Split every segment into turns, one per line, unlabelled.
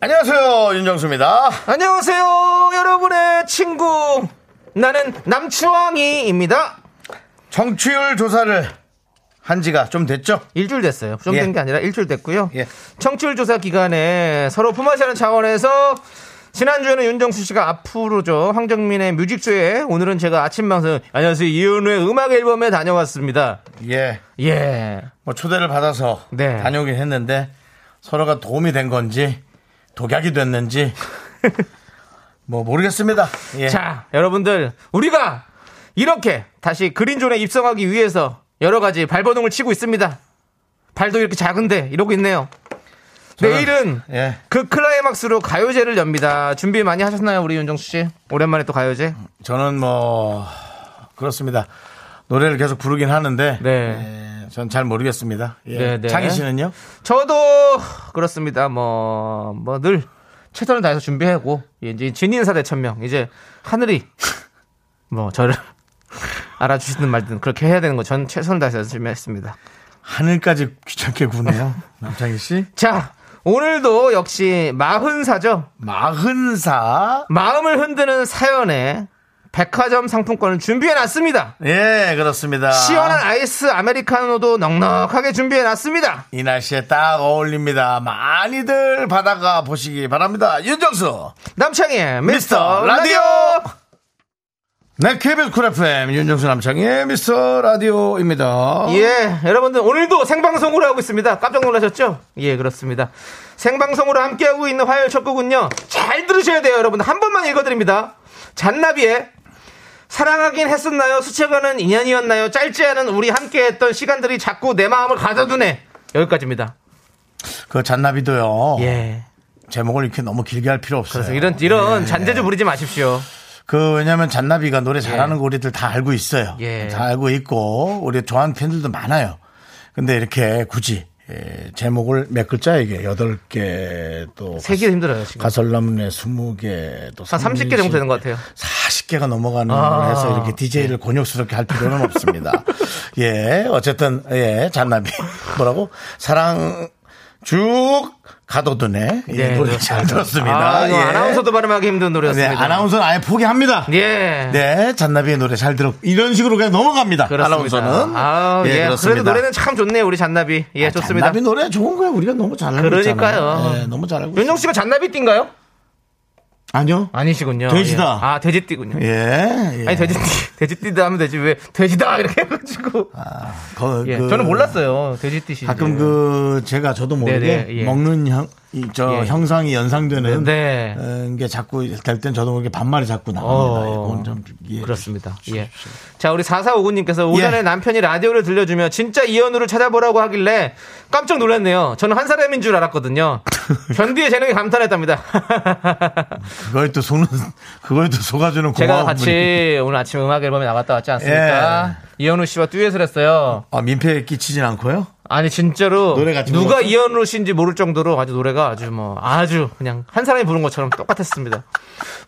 안녕하세요 윤정수입니다.
안녕하세요, 여러분의 친구. 나는 남치왕이입니다.
정취율 조사를 한 지가 좀 됐죠?
일주일 됐어요. 좀
예.
된 게 아니라 일주일 됐고요.
예.
청취율 조사 기간에 서로 품앗이하는 차원에서 지난주에는 윤정수 씨가 앞으로죠. 황정민의 뮤직쇼에 오늘은 제가 아침 방송 안녕하세요. 이은우의 음악 앨범에 다녀왔습니다.
예.
예.
뭐 초대를 받아서
네.
다녀오긴 했는데 서로가 도움이 된 건지 독약이 됐는지 뭐 모르겠습니다. 예.
자, 여러분들 우리가 이렇게 다시 그린존에 입성하기 위해서 여러 가지 발버둥을 치고 있습니다. 발도 이렇게 작은데 이러고 있네요.
저는-
내일은
예.
그 클라이막스로 가요제를 엽니다. 준비 많이 하셨나요, 우리 윤정수 씨? 오랜만에 또 가요제.
저는 뭐 그렇습니다. 노래를 계속 부르긴 하는데
네.
예, 전잘 모르겠습니다. 예.
네, 네.
창희 씨는요?
저도 그렇습니다. 뭐, 뭐 늘 최선을 다해서 준비하고 예, 이제 진인사 대천명 이제 하늘이 뭐 저를 알아주시는 말든 그렇게 해야 되는 거 전 최선을 다해서 준비했습니다.
하늘까지 귀찮게 구네요. 남창희 씨.
자, 오늘도 역시 마흔사죠.
마흔사.
마음을 흔드는 사연에 백화점 상품권을 준비해 놨습니다.
예, 그렇습니다.
시원한 아이스 아메리카노도 넉넉하게 준비해 놨습니다.
이 날씨에 딱 어울립니다. 많이들 바다가 보시기 바랍니다. 윤정수,
남창희의
미스터
미스터
라디오!
라디오!
네, KBS 쿨 FM, 윤정수 남창의 미스터 라디오입니다.
예, 여러분들 오늘도 생방송으로 하고 있습니다. 깜짝 놀라셨죠? 예, 그렇습니다. 생방송으로 함께하고 있는 화요일 첫 곡은요. 잘 들으셔야 돼요, 여러분. 한 번만 읽어드립니다. 잔나비의 사랑하긴 했었나요? 수채가는 인연이었나요? 짧지 않은 우리 함께했던 시간들이 자꾸 내 마음을 가져두네. 여기까지입니다.
그 잔나비도요,
예.
제목을 이렇게 너무 길게 할 필요 없어요.
그래서 이런 이런
예.
잔재주 부리지 마십시오.
그, 왜냐면 잔나비가 노래 잘하는 거 우리들 다 알고 있어요.
예.
다 알고 있고, 우리 좋아하는 팬들도 많아요. 근데 이렇게 굳이, 예, 제목을 몇 글자 이게 여덟 개 또.
세기 힘들어요 지금.
예. 가설남네 20개 또
한 30개 정도 되는 것 같아요.
40개가 넘어가는
아.
걸 해서 이렇게 DJ를 곤욕스럽게 할 필요는 없습니다. 예, 어쨌든, 예, 잔나비. 뭐라고? 사랑 쭉 가둬두네. 예,
네,
노래 잘 들었습니다.
아, 이거
예.
아나운서도 발음하기 힘든
네,
노래였습니다.
아나운서는 아예 포기합니다.
예.
네, 잔나비의 노래 잘 들었, 이런 식으로 그냥 넘어갑니다.
그렇습니다.
아나운서는. 아,
아, 예, 그래도 노래는 참 좋네요, 우리 잔나비. 예, 좋습니다.
잔나비 노래 좋은 거야. 우리가 너무 잘 알고 있잖아요.
그러니까요.
예, 너무 잘 알고
윤정 씨가 잔나비 띠인가요?
있어요. 아니요.
아니시군요.
돼지다.
예. 아, 돼지띠군요.
예. 예.
아니, 돼지띠, 돼지띠다 하면 되지. 왜 돼지다! 이렇게 해가지고.
거-
예,
아, 그-
저는 몰랐어요. 돼지띠시.
가끔 그 제가 저도 모르게
네네, 예.
먹는 형, 이, 저
예.
형상이 연상되는
네.
음, 게 자꾸 될 땐 저도 모르게 반말이 자꾸 나옵니다.
어.
이건 좀 예. 이해해
그렇습니다.
주십시오.
예. 자, 우리 4459님께서 오전에
예.
남편이 라디오를 들려주며 진짜 이현우를 찾아보라고 하길래 깜짝 놀랐네요. 저는 한 사람인 줄 알았거든요. 견디의 재능에 감탄했답니다.
그거에 또 속는 그거에 또 속아주는 고마운
제가 같이
분이. 예.
오늘 아침 음악 앨범에 나갔다 왔지 않습니까? 이현우 씨와 듀엣을 했어요.
아, 민폐에 끼치진 않고요.
아니 진짜로
노래 같이
누가
불렀어?
이현우 씨인지 모를 정도로 아주 노래가 아주 뭐 아주 그냥 한 사람이 부른 것처럼 똑같았습니다.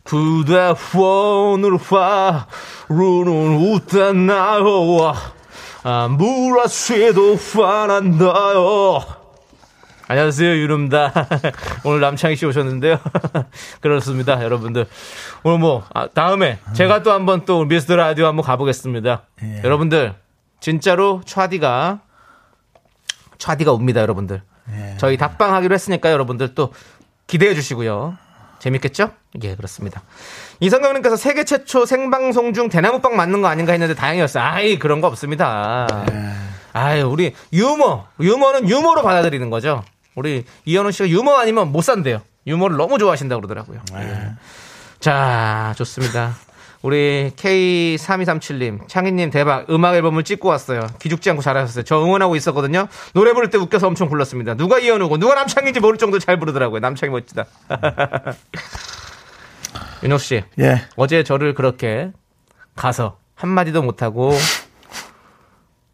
그대 후원을 화 루는 웃다 나와 아무라 쇠도 화난다요 안녕하세요 유름다 오늘 남창희 씨 오셨는데요 그렇습니다 여러분들 오늘 뭐 아, 다음에 제가 또 한번 또 미스터 라디오 한번 가보겠습니다
예.
여러분들 진짜로 차디가 차디가 옵니다, 여러분들. 저희 답방하기로 했으니까 여러분들 또 기대해 주시고요. 재밌겠죠? 예, 그렇습니다. 이성경님께서 세계 최초 생방송 중 대나무빵 맞는 거 아닌가 했는데 다행이었어요. 아이, 그런 거 없습니다. 아이, 우리 유머. 유머는 유머로 받아들이는 거죠. 우리 이현우 씨가 유머 아니면 못 산대요. 유머를 너무 좋아하신다고 그러더라고요. 예. 자, 좋습니다. 우리 K3237님, 창희님 대박. 음악 앨범을 찍고 왔어요. 기죽지 않고 잘하셨어요. 저 응원하고 있었거든요. 노래 부를 때 웃겨서 엄청 불렀습니다. 누가 이현우고 누가 남창인지 모를 정도로 잘 부르더라고요. 남창이 멋지다. 윤호 씨,
예.
어제 저를 그렇게 가서 한마디도 못하고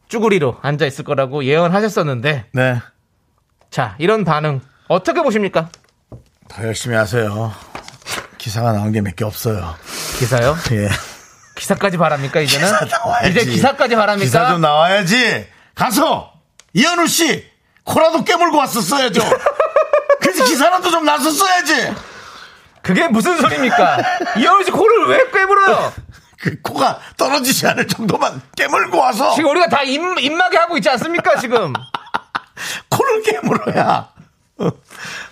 쭈구리로 앉아 있을 거라고 예언하셨었는데,
네.
자, 이런 반응 어떻게 보십니까?
더 열심히 하세요. 기사가 나온 게 몇 개 없어요.
기사요?
예.
기사까지 바랍니까 이제는?
기사 나와야지.
네? 이제 기사까지 바랍니까?
기사 좀 나와야지. 가서 이현우 씨 코라도 깨물고 왔었어야죠. 그래서 기사라도 좀 났었어야지.
그게 무슨 소리입니까? 이현우 씨 코를 왜 꿰물어요?
그 코가 떨어지지 않을 정도만 깨물고 와서
지금 우리가 다 입, 입마개 하고 있지 않습니까 지금?
코를 깨물어야.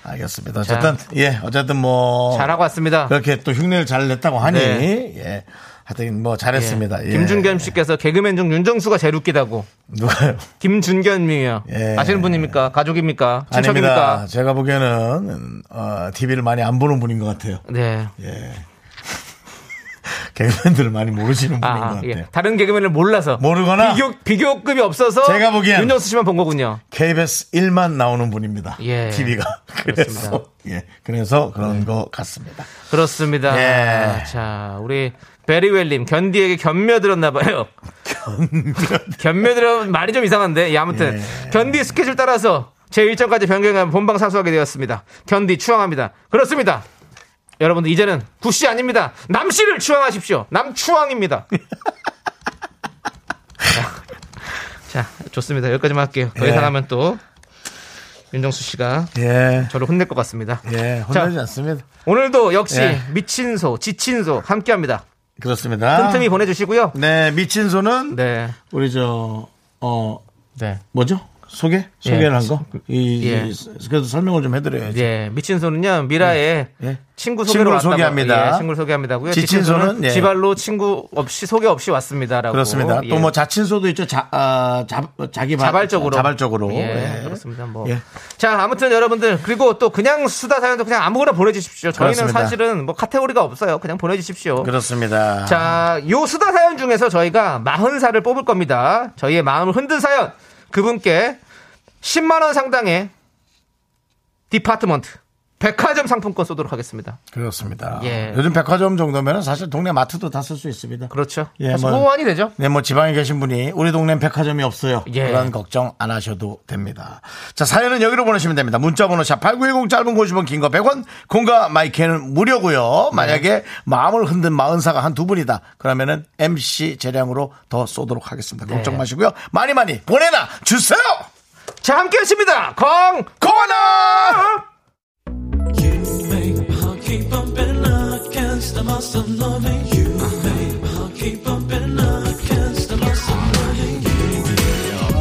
알겠습니다. 어쨌든 예, 어쨌든 뭐
잘하고 왔습니다.
그렇게 또 흉내를 잘 냈다고 하니
네.
예. 하여튼 뭐 잘했습니다. 예.
김준겸 씨께서 개그맨 중 윤정수가 제일 웃기다고.
누가요?
김준겸이에요.
예.
아시는 분입니까? 가족입니까?
아닙니다.
친척입니까?
제가 보기에는 어, TV를 많이 안 보는 분인 것 같아요.
네.
개그맨들을 많이 모르시는 분인 것
아, 아,
같아요.
예. 다른 개그맨을 몰라서
모르거나
비교 비교급이 없어서
제가 보기엔
윤정수 씨만 본 거군요.
KBS 1만 나오는 분입니다.
예. 네.
TV가. 그래서, 예. 그래서 그런 것 같습니다.
그렇습니다.
예.
자, 우리 베리웰님 견디에게 견며 들었나봐요. 견며 들으면 말이 좀 이상한데, 예, 아무튼 견디 스케줄 따라서 제 일정까지 변경하면 본방 사수하게 되었습니다. 견디 추앙합니다. 그렇습니다. 여러분들 이제는 구씨 아닙니다. 남씨를 추앙하십시오. 남추앙입니다. 자, 자, 좋습니다. 여기까지만 할게요. 더
예.
이상 하면 또 윤정수 씨가
예.
저를 혼낼 것 같습니다.
예. 혼나지 않습니다.
오늘도 역시
예.
미친 소, 지친 소 함께합니다.
그렇습니다.
틈틈이 보내주시고요.
네. 미친 소는
네,
우리 저, 어,
네,
뭐죠? 소개? 소개를 한 거? 이,
예.
이- 그래도 설명을 좀 해드려야지.
예, 미친 소는요 미라에
예.
친구
친구를
소개로 왔다고-
소개합니다.
예, 친구를 소개합니다고요.
지친
지친 소는
소는, 예.
지발로 친구 없이 소개 없이 왔습니다라고.
그렇습니다.
예.
또 뭐 자친소도 있죠. 자, 아, 자, 자기 발-
자발적으로.
자발적으로.
예,
예.
그렇습니다. 뭐.
예.
자, 아무튼 여러분들, 그리고 또 그냥 수다 사연도 그냥 아무거나 보내주십시오. 저희는
그렇습니다.
사실은 뭐 카테고리가 없어요. 그냥 보내주십시오.
그렇습니다.
자, 요 수다 사연 중에서 저희가 40살을 뽑을 겁니다. 저희의 마음을 흔든 사연. 그분께 10만원 상당의 디파트먼트, 백화점 상품권 쏘도록 하겠습니다.
그렇습니다.
예.
요즘 백화점 정도면 사실 동네 마트도 다 쓸 수 있습니다.
그렇죠.
예,
사실
뭐-
호환이 되죠.
네, 뭐 지방에 계신 분이 우리 동네엔 백화점이 없어요.
예.
그런 걱정 안 하셔도 됩니다. 자, 사연은 여기로 보내시면 됩니다. 문자번호 샵 8910 짧은 50원, 긴 거 100원, 공과 마이크는 무료고요. 만약에 마음을 흔든 마흔사가 한 두 분이다. 그러면은 MC 재량으로 더 쏘도록 하겠습니다. 걱정 마시고요. 많이 많이 보내나 주세요!
자, 함께 하십니다. 공!
고마워!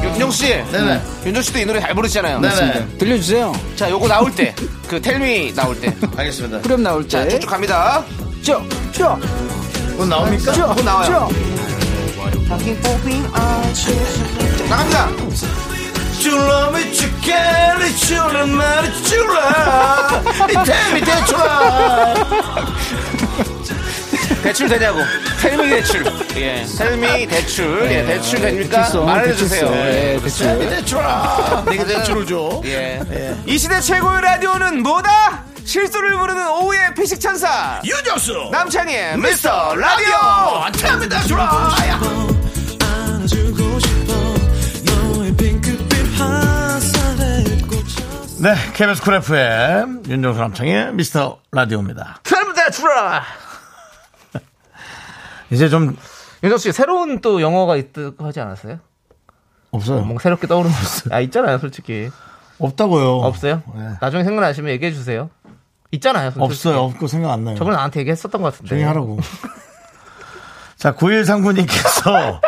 윤정씨.
네네.
윤정씨도 이 노래 잘 부르시잖아요.
네네.
들려주세요.
자, 요거 나올 때. 그, 텔미 나올 때.
알겠습니다.
그럼 나올 때.
갑니다.
쭉, 쭉,
곧 나옵니까?
쭉,
나와요.
쭉.
나갑니다.
줄라 미치게리 줄라 마리 줄라 이태미 대출라
대출 되냐고. 텔미 대출. 예. 텔미 대출. 예, 대출 됩니까?
대출성,
말해주세요.
대출성.
예.
예,
이태미
대출.
네, 대출라 내게 네, 대출을 줘
예. 이 시대 최고의 라디오는 뭐다? 실수를 부르는 오후의 피식천사
유정수
남창희의
미스터 라디오 이태미 네. 대출라 네 KBS 쿨 FM 윤정수 남창의 미스터 라디오입니다
텔미대 출라
이제 좀
윤정씨 새로운 또 영어가 있다고 하지 않았어요?
없어요
뭔가 새롭게 떠오르는 아 있잖아요 솔직히
없다고요
없어요? 아,
네.
나중에 생각나시면 얘기해 주세요 있잖아요 솔직히.
없어요 없고 생각 안 나요
저번에 네. 나한테 얘기했었던 것 같은데
조용히 하라고 자 9139님께서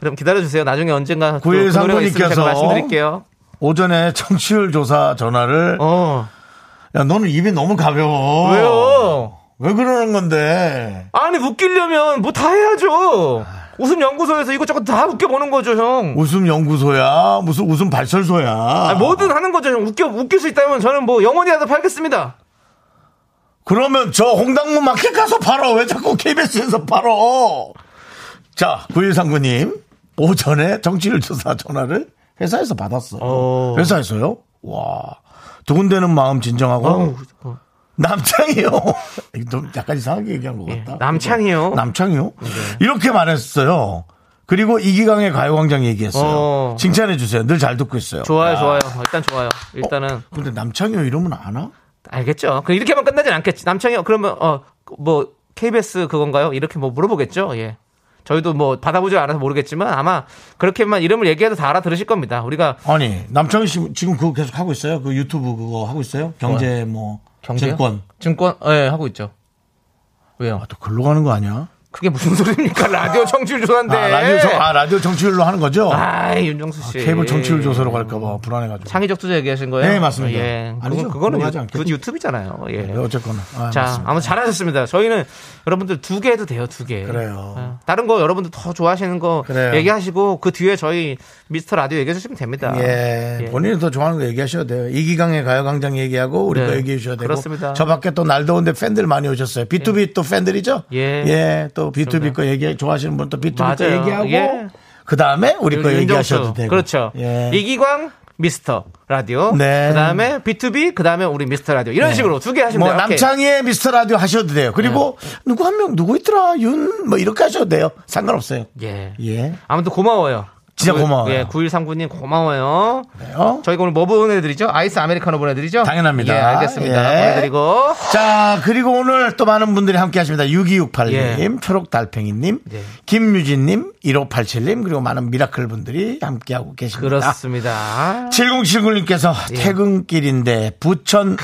그럼 기다려주세요 나중에 언젠가 또
구일
그 노래가 있으면
상무님께서
제가 말씀드릴게요
오전에 청취율 조사 전화를
어
야 너는 입이 너무 가벼워
왜요?
왜 그러는 건데
아니 웃기려면 뭐 다 해야죠
아.
웃음 연구소에서 이것저것 다 웃겨보는 거죠 형
웃음 연구소야 무슨 웃음 발설소야
아, 뭐든 하는 거죠. 형. 웃겨, 웃길 수 있다면 저는 뭐 영원히라도 팔겠습니다.
그러면 저 홍당무 마켓 가서 팔어. 왜 자꾸 KBS에서 팔어? 자, 9139님. 오전에 정치를 조사 전화를 회사에서 받았어.
어.
회사에서요? 와. 두근대는 마음 진정하고.
어우, 어.
남창이요. 이거 좀 약간 이상하게 얘기한 것 같다.
예, 남창이요. 네.
남창이요. 이렇게 말했어요. 그리고 이기강의 가요광장 얘기했어요.
어.
칭찬해 주세요. 늘 잘 듣고 있어요.
좋아요, 좋아요. 일단 좋아요. 일단은
근데 남창이요 이러면 안 와?
알겠죠. 그 이렇게만 끝나진 않겠지. 남창이 그러면 어 뭐 KBS 그건가요? 이렇게 뭐 물어보겠죠. 예. 저희도 뭐 받아보질 않아서 모르겠지만 아마 그렇게만 이름을 얘기해도 다 알아들으실 겁니다. 우리가
아니 남창희 씨 지금 그거 계속 하고 있어요? 그 유튜브 그거 하고 있어요? 경제 뭐
경제요?
증권.
증권 예 하고 있죠. 왜요?
아, 또 글로 가는 거 아니야?
그게 무슨 소리입니까? 라디오 청취율 조사인데.
아, 라디오 청, 아 라디오 정치율로 하는 거죠?
아이, 윤정수 씨.
케이블 정치율 조사로 갈까봐 불안해가지고.
창의적 투자 얘기하신 거예요?
네, 맞습니다.
예.
아니죠.
그건, 그거는
하지
유,
않겠죠.
그건 유튜브잖아요. 예.
네, 어쨌거나. 아,
자,
맞습니다.
아무튼 잘하셨습니다. 저희는 여러분들 두 개 해도 돼요, 두 개.
그래요.
아, 다른 거 여러분들 더 좋아하시는 거
그래요.
얘기하시고 그 뒤에 저희 미스터 라디오 얘기해 주시면 됩니다.
예,
예.
본인이 더 좋아하는 거 얘기하셔도 돼요. 이기강의 가요광장 얘기하고 우리
네,
거 얘기해 주셔야 되고.
그렇습니다.
저 밖에 또 날 더운데 팬들 많이 오셨어요. B2B 또 팬들이죠?
예.
또 B2B 거 얘기, 좋아하시는 분 또 B2B 거
맞아요.
얘기하고.
예.
그 다음에 우리 거
윤정수.
얘기하셔도 되고.
그렇죠.
예.
이기광 미스터 라디오.
네.
그다음에 B2B, 그다음에 우리 미스터 라디오. 이런 식으로 두 개 하시면
뭐
돼요. 오케이. 네.
남창희의 미스터 라디오 하셔도 돼요. 그리고 누구 한 명 누구 있더라 윤 뭐 이렇게 하셔도 돼요. 상관없어요.
예.
예.
아무튼 고마워요.
진짜
구-
고마워요.
예, 9139님 고마워요.
그래요?
저희가 오늘 뭐 보내드리죠? 아이스 아메리카노 보내드리죠?
당연합니다.
예, 알겠습니다.
예.
보내드리고.
자, 그리고 오늘 또 많은 분들이 함께 하십니다. 6268님,
예.
초록달팽이님,
예.
김유진님, 1587님, 그리고 많은 미라클 분들이 함께하고 계십니다. 아.
그렇습니다.
7079님께서
예.
퇴근길인데 부천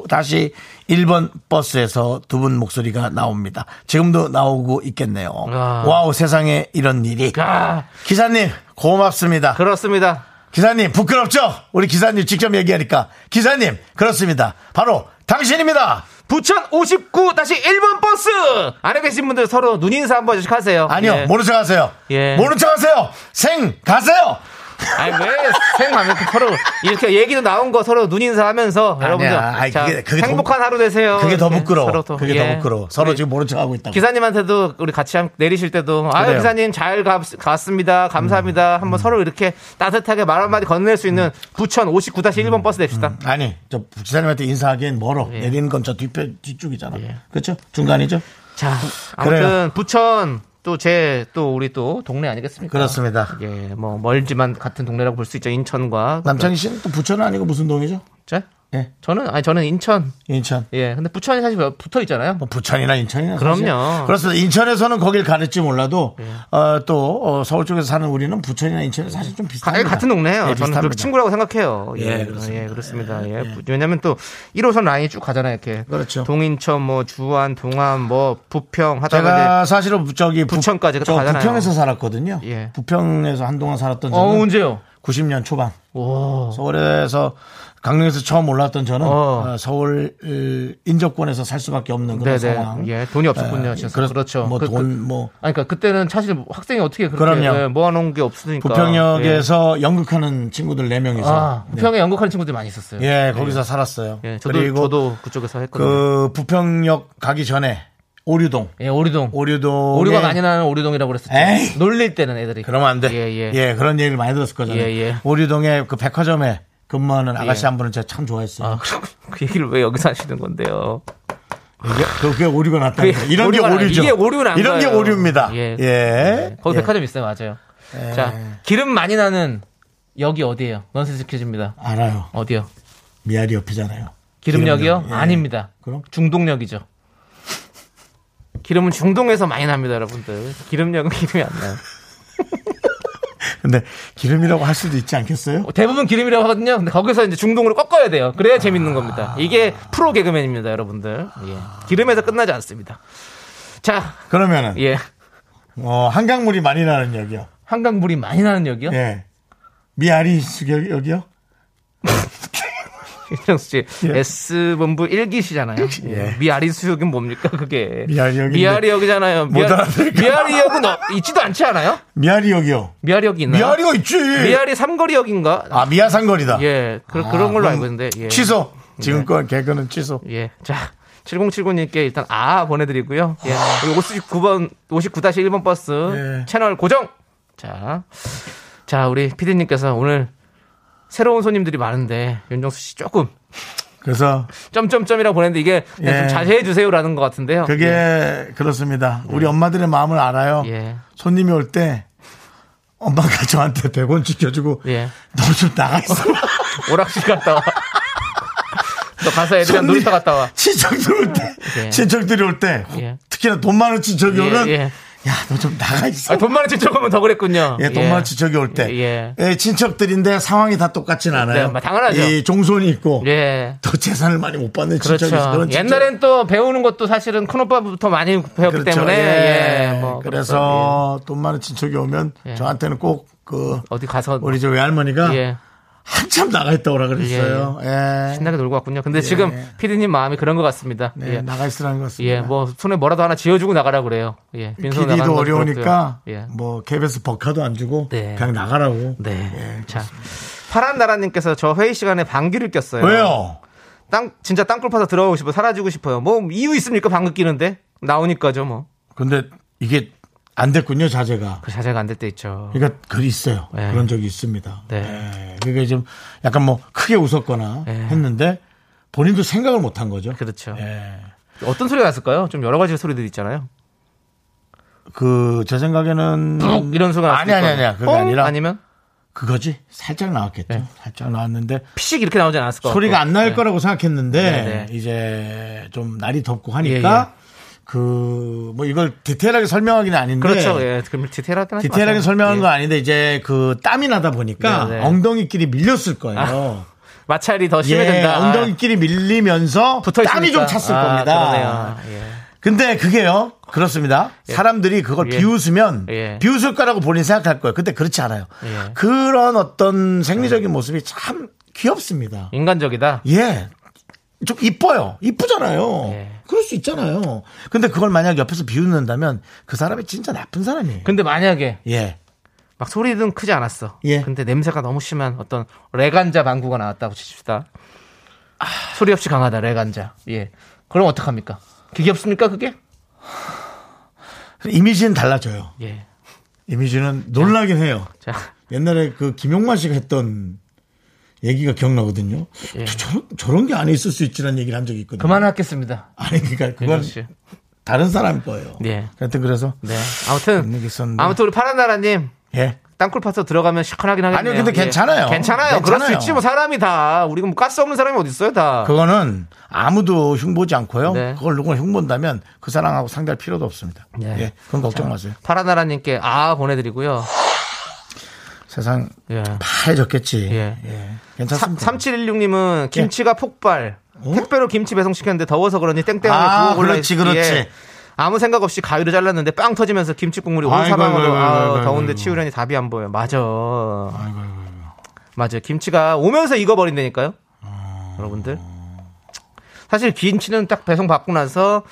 59-1번 버스에서 두 분 목소리가 나옵니다. 지금도 나오고 있겠네요.
아.
와우, 세상에 이런 일이.
아,
기사님, 고맙습니다.
그렇습니다.
기사님 부끄럽죠? 우리 기사님 직접 얘기하니까 기사님 그렇습니다. 바로 당신입니다.
부천 59 다시 1번 버스 안에 계신 분들 서로 눈 인사 한 번씩 하세요.
아니요
예.
모른 척하세요.
예.
모른 척하세요. 생 가세요.
아니 왜생 하면 서로 이렇게 얘기도 나온 거 서로 눈 인사하면서 여러분들
아니,
자,
그게- 그게 더
행복한 하루 되세요.
그게 더
이렇게
부끄러워.
서로 또,
그게
예.
더 부끄러워. 서로
우리
지금 모른 척하고 있다고.
기사님한테도 우리 같이 함- 내리실 때도 아유
그래요. 음.
기사님 잘 가- 갔습니다. 감사합니다. 한번 서로 이렇게 따뜻하게 말 한마디 건넬 수 있는 부천 59-1번 버스
음.
냅시다.
아니 저 기사님한테 인사하기엔 멀어.
예.
내리는 건 저 뒤편 뒤쪽이잖아.
예.
그렇죠? 중간이죠?
자, 아무튼
그래요.
부천 또 제 또 우리 또 동네 아니겠습니까?
그렇습니다.
예, 뭐 멀지만 같은 동네라고 볼 수 있죠. 인천과
남창희 씨는 또 부천은 아니고 무슨 동이죠?
자,
예.
저는 아니 저는 인천.
인천.
예, 근데 부천이 사실 붙어 있잖아요.
뭐 부천이나 인천이나
그럼요. 예.
사실. 그렇습니다. 인천에서는 거길 가를지 몰라도 어, 또 어, 서울 쪽에서 사는 우리는 부천이나 인천이 사실 좀
가-
비슷합니다.
같은 동네예요.
예,
저는 그
비슷합니다.
친구라고 생각해요. 예,
예,
예,
그렇습니다.
그렇습니다. 예, 부- 왜냐면 또 1호선 라인이 쭉 가잖아요, 이렇게.
그렇죠.
동인천 뭐 주안, 동암 뭐 부평 하다가 이제
제가 사실은 저기 부,
부천까지
저
가잖아요.
부평에서 살았거든요.
예.
부평에서 한동안 살았던 저는
어, 언제요? 어.
90년 초반
오.
서울에서 강릉에서 처음 올라왔던 저는
어.
어, 서울 어, 인접권에서 살 수밖에 없는 그런
네네.
상황.
예, 돈이 없었군요.
예,
진짜.
그렇-
그렇죠.
뭐
그-
돈
그-
뭐
아니, 그러니까 그때는 사실 학생이 어떻게 그렇게
그럼요.
예, 모아놓은 게 없으니까.
부평역에서 연극하는 친구들 4 명이서
예. 그러니까, 아, 부평에 연극하는 친구들이 많이 있었어요.
예 거기서 살았어요.
예, 저도
그리고
저도 그쪽에서 했거든요.
그 부평역 가기 전에 오류동
예, 오리동.
오류동
오류가 많이 나는 오리동이라고 그랬었죠.
어, 네. 에이.
놀릴 때는 애들이.
그러면 안 돼.
예, 예.
그런 얘기를 많이 들었을 거잖아요.
예, 예.
오류동에 그 백화점에 근무하는 아가씨
예.
한 분을 제가 참 좋아했어요.
아, 그럼 그 얘기를 왜 여기서 하시는 건데요?
이게 그게 오류가 났다.
그게
이런 게
오류가 나-
오류죠.
이게 오류는 안
이런 게
가요.
오류입니다. 예.
예. 네, 거기 백화점 있어요, 맞아요. 자, 기름 많이 나는 여기 어디예요? 넌센스 퀴즈입니다.
알아요.
어디요?
미아리 옆이잖아요.
기름역이요?
예.
아닙니다.
그럼?
중동역이죠. 기름은 중동에서 많이 납니다, 여러분들. 기름역은 기름이 안 나요.
근데 기름이라고 할 수도 있지 않겠어요?
대부분 기름이라고 하거든요. 근데 거기서 이제 중동으로 꺾어야 돼요. 그래야
아.
재밌는 겁니다. 이게 프로 개그맨입니다, 여러분들. 예. 기름에서 끝나지 않습니다. 자,
그러면은
예.
어, 한강물이 많이 나는 역이요.
한강 물이 많이 나는 역이요?
예. 미아리 수역 여기요?
윤정수 씨,
예.
S본부 1기시잖아요.
예.
미아리 수역은 뭡니까, 그게?
미아리 역인데.
미아리 역이잖아요.
못 알아들을까?
미아리 역은 어- 있지도 않지 않아요?
미아리 여기요.
미아리 역이 있나요?
미아리가 있지.
네. 미아리 삼거리 역인가?
아 미아산거리다.
예, 그,
아,
런 걸로
그럼
알고 있는데. 예.
취소. 지금 건 개그는 취소.
예. 자, 7079님께 일단 아 보내드리고요. 예. 우리 59번 59-1번 버스
예.
채널 고정. 자, 자 우리 피디님께서 오늘 새로운 손님들이 많은데 윤정수 씨 조금
그래서
점점점이라고 보냈는데 이게 그냥
예.
좀 자제해 주세요라는 것 같은데요.
그게 그렇습니다. 우리 엄마들의 마음을 알아요.
예.
손님이 올 때 엄마가 저한테 100원 지켜주고
예.
너 좀 나가 있어.
오락실 갔다 와. 너 가서 애들이랑
손님-
놀이터 갔다 와.
친척들 올 때,
예.
친척들이 올 때,
예.
특히나 돈 많은 친척이
예,
오면,
예.
야, 너 좀 나가 있어.
아, 돈 많은 친척하면 더 그랬군요.
예, 돈 많은 친척이 올 때.
예.
예, 친척들인데 상황이 다 똑같진 않아요.
네, 당연하죠.
이 종손이 있고,
예.
더 재산을 많이 못 받는
그렇죠.
친척이 있어. 그런 친척.
옛날엔 또 배우는 것도 사실은 큰오빠부터 많이 배웠기
그렇죠.
때문에
예.
예. 뭐 그렇죠.
그래서 돈 많은 친척이 오면
예.
저한테는 꼭 그,
예. 어디 가서
우리 저 외할머니가
예.
한참 나가 있다 오라 그랬어요. 예.
신나게 놀고 왔군요. 근데 지금 피디님 마음이 그런 것 같습니다.
네,
예.
나가 있으라는 것 같습니다.
예, 뭐 손에 뭐라도 하나 지어주고 나가라 그래요. 예, 빈손 나가는
PD도
것도
어려우니까
그렇고요. 예.
뭐 KBS 버카도 안 주고
네.
그냥 나가라고.
네. 자, 파란 나라님께서 저 회의 시간에 방귀를 꼈어요.
왜요?
땅 진짜 땅굴 파서 들어가고 싶어 사라지고 싶어요. 뭐 이유 있습니까? 방귀 끼는데 나오니까죠 뭐.
근데 이게 안 됐군요 자제가.
그 자세가 안 될 때 있죠.
그러니까 글이 있어요.
네.
그런 적이 있습니다.
네.
네. 그게 좀 약간 뭐 크게 웃었거나
네.
했는데 본인도 생각을 못 한 거죠.
그렇죠.
예.
어떤 소리가 났을까요? 좀 여러 가지 소리들 있잖아요.
그 제 생각에는
뿡! 이런 소리가
아니 아니 아니야 그게 아니라
면 네.
그거지 살짝 나왔겠죠. 살짝 나왔는데
피식 이렇게 나오지 않았을 것 같고.
소리가 안 날 거라고 생각했는데
네, 예, 네.
이제 좀 날이 덥고 하니까 그 뭐 이걸 디테일하게 설명하기는 아닌데
그렇죠. 예. 그럼 디테일하게 하지
디테일하게
마세요.
설명하는
예.
건 아닌데 이제 그 땀이 나다 보니까
네, 아. 네.
엉덩이끼리 밀렸을 거예요.
마찰이 더
예,
심해진다.
엉덩이끼리 밀리면서
붙어 있으니까.
땀이 좀 찼을
아,
겁니다.
그러네요. 예.
근데 그게요. 그렇습니다. 사람들이 그걸
예.
비웃으면
예.
비웃을 거라고 본인 생각할 거예요. 근데 그렇지 않아요.
예.
그런 어떤 생리적인 모습이 참 귀엽습니다.
인간적이다.
예. 좀 이뻐요. 이쁘잖아요.
예.
그럴 수 있잖아요. 근데 그걸 만약 옆에서 비웃는다면 그 사람이 진짜 나쁜 사람이에요.
근데 만약에
예.
막 소리는 크지 않았어.
예.
근데 냄새가 너무 심한 어떤 레간자 방구가 나왔다고 치십시다. 아, 소리 없이 강하다 레간자. 예. 그럼 어떡합니까? 그게 없습니까 그게?
이미지는 달라져요.
예.
이미지는 놀라긴 해요.
자.
옛날에 그 김용만 씨가 했던 얘기가 기억나거든요.
예.
저, 저런, 저런 게 안에 있을 수 있지라는 얘기를 한 적이 있거든요.
그만하겠습니다.
아니, 그러니까 그건
윤정 씨.
다른 사람 거예요.
예.
하여튼 그래서.
네. 아무튼
얘기 있었는데.
아무튼 우리 파란나라님
예.
땅굴 파서 들어가면 시원하긴 하겠네요.
아니요, 근데 괜찮아요.
예. 괜찮아요. 그럴 수
괜찮아요.
있지 뭐 사람이 다 우리가 뭐 가스 없는 사람이 어디 있어요 다.
그거는 아무도 흉보지 않고요.
네.
그걸 누구나 흉본다면 그 사람하고 상대할 필요도 없습니다.
예.
예. 그건 걱정 마세요.
파란나라님께 아 보내드리고요.
세상
예.
파해졌겠지.
예.
예. 괜찮습니다. 예. 어?
3716님은 김치가 폭발. 택배로 김치 배송시켰는데 더워서 그런지 땡땡하게
아,
부어 올라
그렇지,
있-
그렇지.
예. 아무 생각 없이 가위로 잘랐는데 빵 터지면서 김치 국물이 온
아이고,
사방으로
아이고, 아이고,
아우,
아이고,
더운데
아이고.
치우려니 답이 안 보여. 맞아. 맞아. 김치가 오면서 익어버린다니까요. 여러분들. 사실 김치는 딱 배송 받고 나서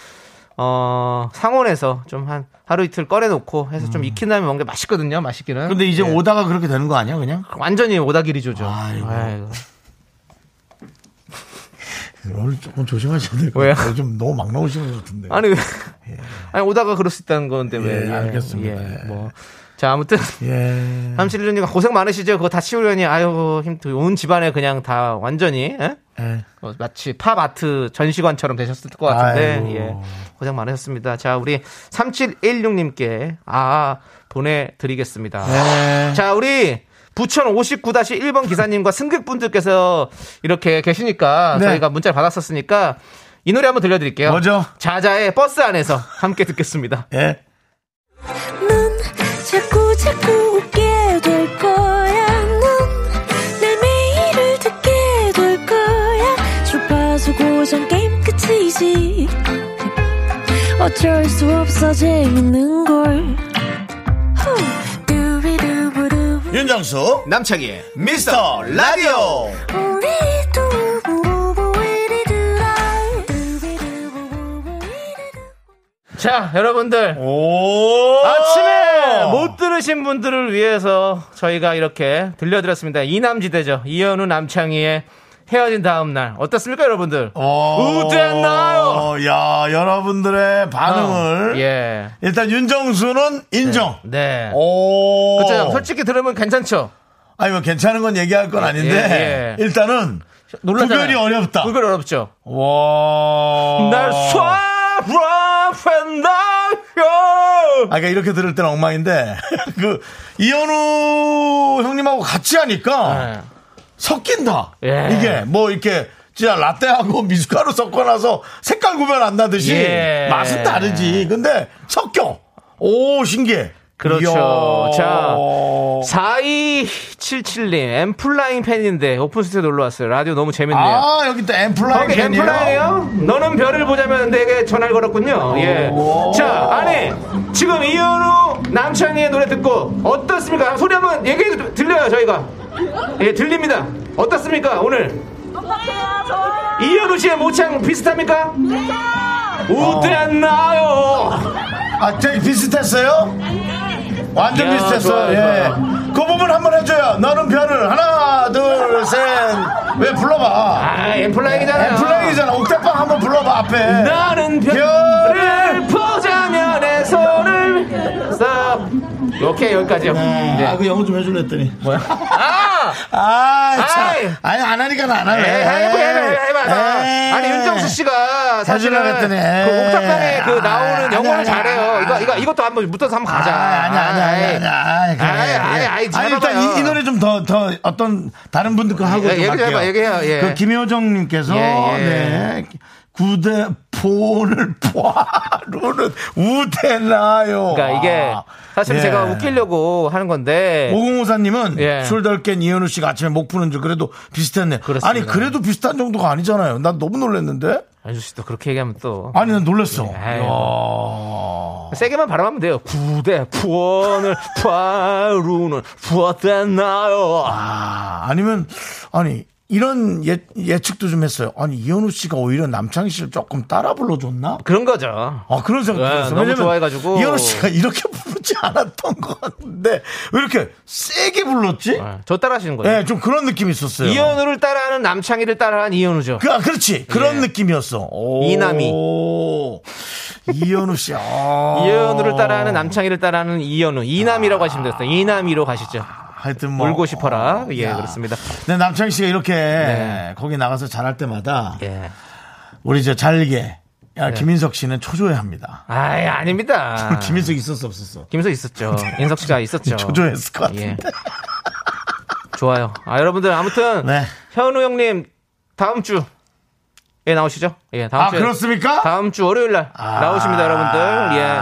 어, 상온에서 좀 한 하루 이틀 꺼내놓고 해서 좀 익힌 다음에 먹는 게 맛있거든요. 맛있기는.
근데 이제
예.
오다가 그렇게 되는 거 아니야, 그냥?
완전히 오다기리조죠.
아이고.
아이고.
오늘 조금 조심하셔야 될것
왜요?
같아요. 좀 너무 막 나오시는 것 같은데.
예. 아니 왜? 아니 오다가 그럴 수 있다는 건데 왜?
예, 알겠습니다. 예.
뭐자 아무튼
예.
삼칠년님 고생 많으시죠. 그거 다 치우려니 아유 힘들. 온 집안에 그냥 다 완전히 예?
예.
어, 마치 팝아트 전시관처럼 되셨을 것 같은데
아이고.
예. 고생 많으셨습니다. 자 우리 3716님께 아 보내드리겠습니다.
예.
자, 우리 부천 59-1번 기사님과 승객분들께서 이렇게 계시니까
네.
저희가 문자를 받았었으니까 이 노래 한번 들려드릴게요.
뭐죠?
자자의 버스 안에서 함께 듣겠습니다.
예.
넌 자꾸 자꾸 웃게 될 거야. 넌내 매일을 듣게 될 거야. 주파수 고정 게임 끝이지. 어쩔 수 없어 재밌는 걸. 후. 두비두부두.
윤정수 남창희의 미스터 라디오
우리 두부부부 우리들아. 두비두부부부 우리들아.
자, 여러분들.
오
아침에 못 들으신 분들을 위해서 저희가 이렇게 들려드렸습니다. 이남지대죠. 이현우 남창희의 헤어진 다음 날 어떻습니까 여러분들?
오.
우대나요.
야, 여러분들의 반응을. 어.
예.
일단 윤정수는 인정.
네.
오.
그렇죠. 솔직히 들으면 괜찮죠.
아니, 뭐 괜찮은 건 얘기할 건 아닌데.
예.
일단은.
놀라잖아요.
구별이 어렵다.
구별 어렵죠.
와.
날 쏴라팬다요.
아, 그러니까 이렇게 들을 때는 엉망인데. 그, 이현우 형님하고 같이
네.
하니까. 섞인다.
예.
이게 뭐 이렇게 진짜 라떼하고 미숫가루 섞어놔서 색깔 구별 안 나듯이
예.
맛은 다르지. 근데 섞여. 오 신기해.
그렇죠.
이야.
자, 4277님, 엠플라잉 팬인데 오픈 스튜디오 놀러 왔어요. 라디오 너무 재밌네요.
아 여기 또 엠플라잉
거기
팬이에요.
엠플라잉이요? 너는 별을 보자면 내게 전화를 걸었군요. 예. 자, 아니, 지금 이현우 남창희의 노래 듣고 어떻습니까? 소리 한번 얘기해 주- 들려요, 저희가. 예, 들립니다. 어떻습니까, 오늘? 이현우 씨의 모창 비슷합니까? 우대나요.
아 되게 비슷했어요? 완전
야,
비슷했어요.
좋아요,
예.
좋아요.
그 부분 한번 해줘요. 너는 별을 하나 둘셋왜 불러봐.
아, 엠플라잉이잖아요.
엠플라잉이잖아. 옥탑방 한번 불러봐 앞에.
나는
별을
별을 보자면 내 손을 싹 오케이 여기까지요. 네.
아그 영어 좀 해줄래 했더니.
아,
아,
아이.
참. 아니, 안 하니까 나안 할래. 네.
에이, 네, 해봐, 해봐, 해봐, 해봐.
에이.
아니 윤정수 씨가 사실은
해주려고 했더니,
그
에이.
옥탑방에 그
아,
나오는
아니야,
영어를
아니야,
잘해요.
아니야.
이거 이거 이것도 한번 붙어서 한번 가자.
아니, 아니, 아니, 아니, 아니, 아니,
아니, 아니,
아니,
아니,
아니, 일단
잘해봐요.
이, 이 노래 좀 더, 더 어떤 다른 분들 거 하고
예,
좀
얘기 좀
할게요.
해봐, 얘기해요, 예.
그 김효정님께서
예, 예.
네 구대 포를 포하루는 우대나요.
그러니까 이게 사실
예.
제가 웃기려고 하는 건데.
오공호사님은
예.
술 덜 깬 이현우 씨가 아침에 목 푸는 줄 그래도 비슷했네.
그렇습니다.
아니 그래도 비슷한 정도가 아니잖아요. 난 너무 놀랐는데.
안주 씨도 그렇게 얘기하면 또
아니 난 놀랐어.
아유.
이야.
세게만 바라면 돼요. 구대 부원을 바루는 부었댔나요?
아, 아니면 아니 이런 예, 예측도 좀 했어요. 아니 이현우 씨가 오히려 남창희 씨를 조금 따라 불러줬나?
그런 거죠.
아 그런 생각
네,
들었어요.
너무
왜냐면
좋아해가지고.
이현우 씨가 이렇게 부르지 않았던 것 같은데 왜 이렇게 세게 불렀지?
네, 저 따라하시는
예,
거예요.
좀 그런 느낌이 있었어요.
이현우를 따라하는 남창희를 따라한 이현우죠.
그, 아, 그렇지 그런 느낌이었어. 오.
예. 이남이.
이현우 씨. 아.
이현우를 따라하는 남창희를 따라하는 이현우 이남이라고 하시면 됐어요. 이남이로 가시죠.
하여튼 뭐
울고 싶어라. 예,
야.
그렇습니다. 네.
근데 남창희 씨가 이렇게 거기 나가서 잘할 때마다
예.
우리 저 잘게 야, 김인석 씨는 초조해합니다. 그
아이, 아닙니다.
김인석 있었어 없었어?
김서 있었죠. 인석 씨가 있었죠.
초조했을 것 같은데.
예. 좋아요. 아, 여러분들 아무튼
네.
현우 형님 다음 주에 나오시죠? 예, 다음
아
주에.
그렇습니까?
다음 주 월요일 날
아.
나오십니다, 여러분들. 예.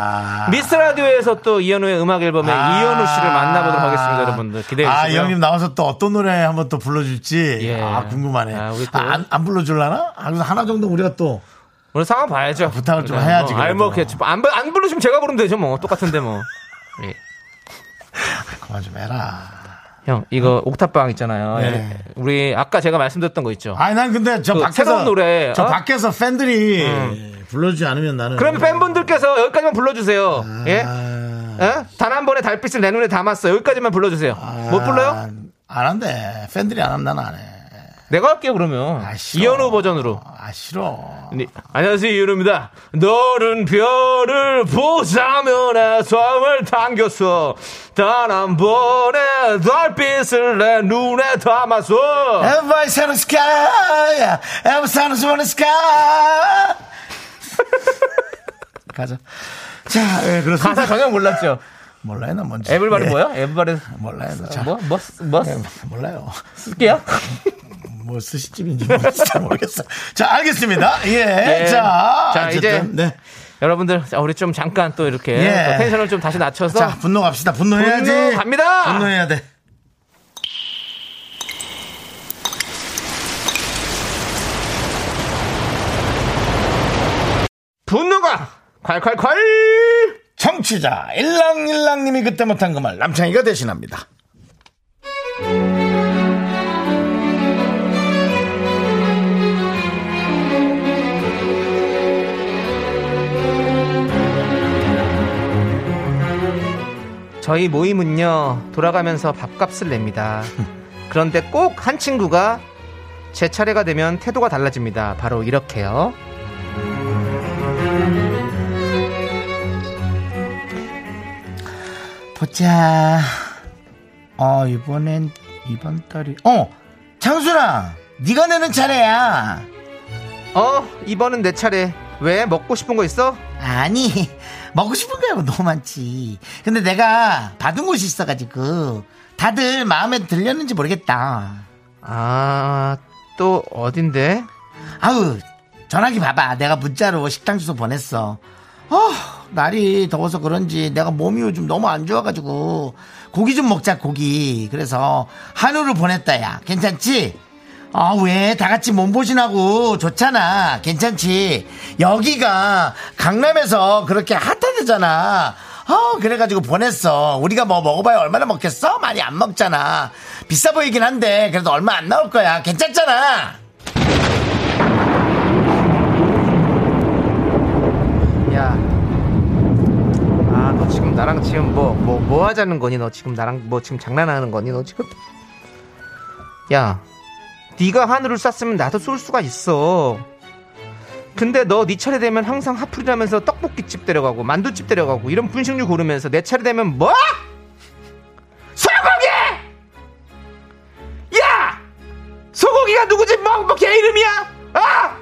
미스 라디오에서 또 이현우의 음악 앨범에
아.
이현우 씨를 만나보도록 하겠습니다, 여러분들. 기대해
아,
주시고요.
형님 나와서 또 어떤 노래 한번 또 불러줄지
예.
아 궁금하네.
아,
아,
우리 또-
안, 안 불러줄라나? 아, 그래서 하나 정도 우리가 또
오늘 상황 봐야죠.
아, 부탁을 좀
그러니까
해야지,
뭐, 아니, 뭐,
그래도.
그냥 안, 부- 안 부르시면 제가 부르면 되죠, 뭐. 똑같은데, 뭐. 예.
그만 좀 해라.
형, 이거 옥탑방 있잖아요. 예.
네.
우리 아까 제가 말씀드렸던 거 있죠.
아니 난 근데 저
그
밖에서
새로운 노래,
저
어? 음.
밖에서 팬들이 불러주지 않으면 나는
그러면 팬분들께서 여기까지만 불러주세요. 예?
아,
단 한 번의 달빛을 내 눈에 담았어. 여기까지만 불러주세요.
아.
못 불러요?
안 한대. 팬들이 안 하면 나는 안 해.
내가 할게요, 그러면.
아, 싫어.
이현우 버전으로.
아 싫어.
네, 안녕하세요 이윤우입니다. 너른 별을 보자면 내 손을 당겼어. 단 한 번의 달빛을 내 눈에 담았어.
Everybody s in the sky. Everybody's in the sky. 가자. 자, 예, 그렇습니다.
가사 전혀 몰랐죠.
몰라요, 나 뭔지.
에블바리
예,
뭐야? 에블바리
몰라요, 나 자,
뭐? 뭐? 뭐?
예, 몰라요.
쓸게요?
뭐 스시집인지 뭔지 잘 모르겠어요. 자, 알겠습니다. 예. 자,
네. 자, 이제
어쨌든, 네.
여러분들, 자, 우리 좀 잠깐 또 이렇게
예.
또 텐션을 좀 다시 낮춰서
자, 분노 갑시다. 분노해야지.
분노 갑니다.
분노해야 돼.
분노가 콸콸콸!
정치자 일랑일랑님이 그때 못한 그 말 남창희가 대신합니다.
저희 모임은요 돌아가면서 밥값을 냅니다. 그런데 꼭 한 친구가 제 차례가 되면 태도가 달라집니다. 바로 이렇게요.
보자. 어 이번엔 이번 달이 어 창순아 네가 내는 차례야.
어, 이번은 내 차례. 왜? 먹고 싶은 거 있어?
아니 먹고 싶은 거야 뭐 너무 많지. 근데 내가 받은 곳이 있어가지고 다들 마음에 들렸는지 모르겠다.
아, 또 어딘데?
아우 전화기 봐봐 내가 문자로 식당 주소 보냈어 어 날이 더워서 그런지 내가 몸이 요즘 너무 안 좋아가지고 고기 좀 먹자 고기 그래서 한우를 보냈다 야 괜찮지 아 왜 다 같이 몸보신하고 좋잖아 괜찮지 여기가 강남에서 그렇게 핫하대잖아 어 그래가지고 보냈어 우리가 뭐 먹어봐야 얼마나 먹겠어 많이 안 먹잖아 비싸 보이긴 한데 그래도 얼마 안 나올 거야 괜찮잖아
야. 아, 너 지금 나랑 지금 뭐, 뭐, 뭐 하자는 거니? 너 지금 나랑 뭐 지금 장난하는 거니? 너 지금? 야. 네가 하늘을 쐈으면 나도 쏠 수가 있어. 근데 너 네 차례 되면 항상 하풀이라면서 떡볶이집 데려가고 만두집 데려가고 이런 분식류 고르면서 내 차례 되면 뭐? 소고기! 야! 소고기가 누구지? 뭐, 뭐, 걔 이름이야? 아!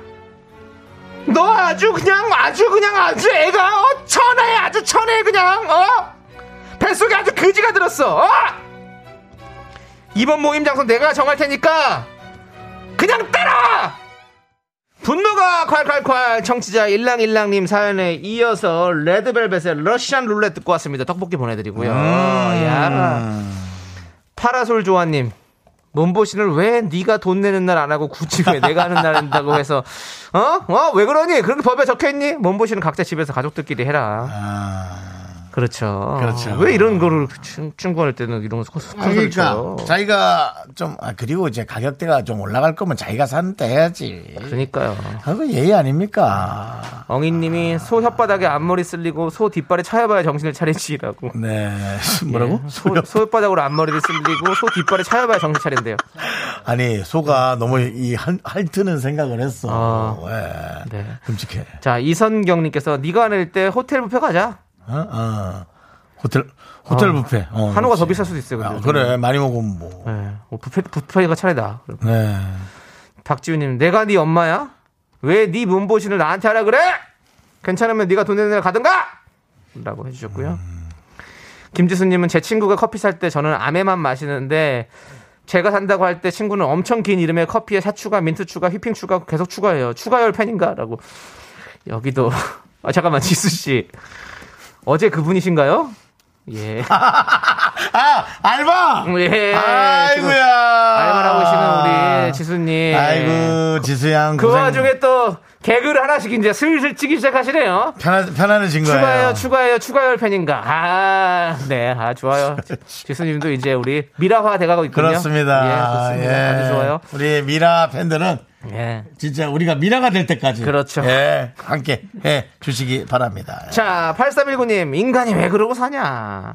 너 아주 그냥 아주 그냥 아주 애가 어 천하에 아주 천하에 그냥 어 뱃속에 아주 그지가 들었어 어 이번 모임 장소 내가 정할 테니까 그냥 따라와 분노가 콸콸콸 청취자 일랑일랑님 사연에 이어서 레드벨벳의 러시안 룰렛 듣고 왔습니다 떡볶이 보내드리고요 야 파라솔 조아님 몸보신을 왜 네가 돈 내는 날 안 하고 굳이 왜 내가 하는 날 한다고 해서 어? 어? 왜 그러니? 그렇게 법에 적혀있니? 몸보신은 각자 집에서 가족들끼리 해라 그렇죠
그렇죠.
왜 이런 거를 충- 충고할 때는 이런 거
아, 그러니까
그러니까
자기가 좀 아, 그리고 이제 가격대가 좀 올라갈 거면 자기가 사는 때 해야지.
그러니까요
그거 예의 아닙니까?
엉이님이 소 혓바닥에 앞머리 쓸리고 소 뒷발에 차여봐야 정신을 차리지라고
네 뭐라고?
예. 소, 소 혓바닥으로 앞머리를 쓸리고 소 뒷발에 차여봐야 정신 차린대요
아니 소가 너무 이 할, 핥는 생각을 했어.
아.
왜?
네.
끔찍해.
자 이선경님께서 네가 낼 때 호텔 뷔페 가자
어? 어. 호텔 호텔
어.
뷔페. 어,
한우가 더
그렇지.
비쌀 수도 있어요, 근데.
아, 그래 많이 먹으면 뭐.
예, 뭐 뷔페, 뷔페가 차라리 나
네.
박지우님, 내가 네 엄마야? 왜 네 몸보신을 나한테 하라 그래? 괜찮으면 네가 돈 내는 날 가든가! 라고 해주셨고요.
음.
김지수님은 제 친구가 커피 살 때 저는 아메만 마시는데 제가 산다고 할 때 친구는 엄청 긴 이름의 커피에 사추가, 민트추가, 휘핑추가 계속 추가해요. 추가열 팬인가? 라고. 여기도. 아, 잠깐만, 지수씨. 어제 그분이신가요? 예.
아 알바.
예.
아이고야.
알바라고 계시는 우리 지수님.
아이고 지수양.
그
고생-
와중에 또 개그를 하나씩 이제 슬슬 찌기 시작하시네요.
편안 편안해진 거예요.
추가해요, 추가해요, 추가열 팬인가. 아, 네, 아, 좋아요. 지수님도 이제 우리 미라화 돼가고 있군요.
그렇습니다.
예, 좋습니다. 아주 좋아요.
우리 미라 팬들은
예.
진짜 우리가 미라가 될 때까지
그렇죠.
예, 함께 해 주시기 바랍니다.
자, 8319님, 인간이 왜 그러고 사냐.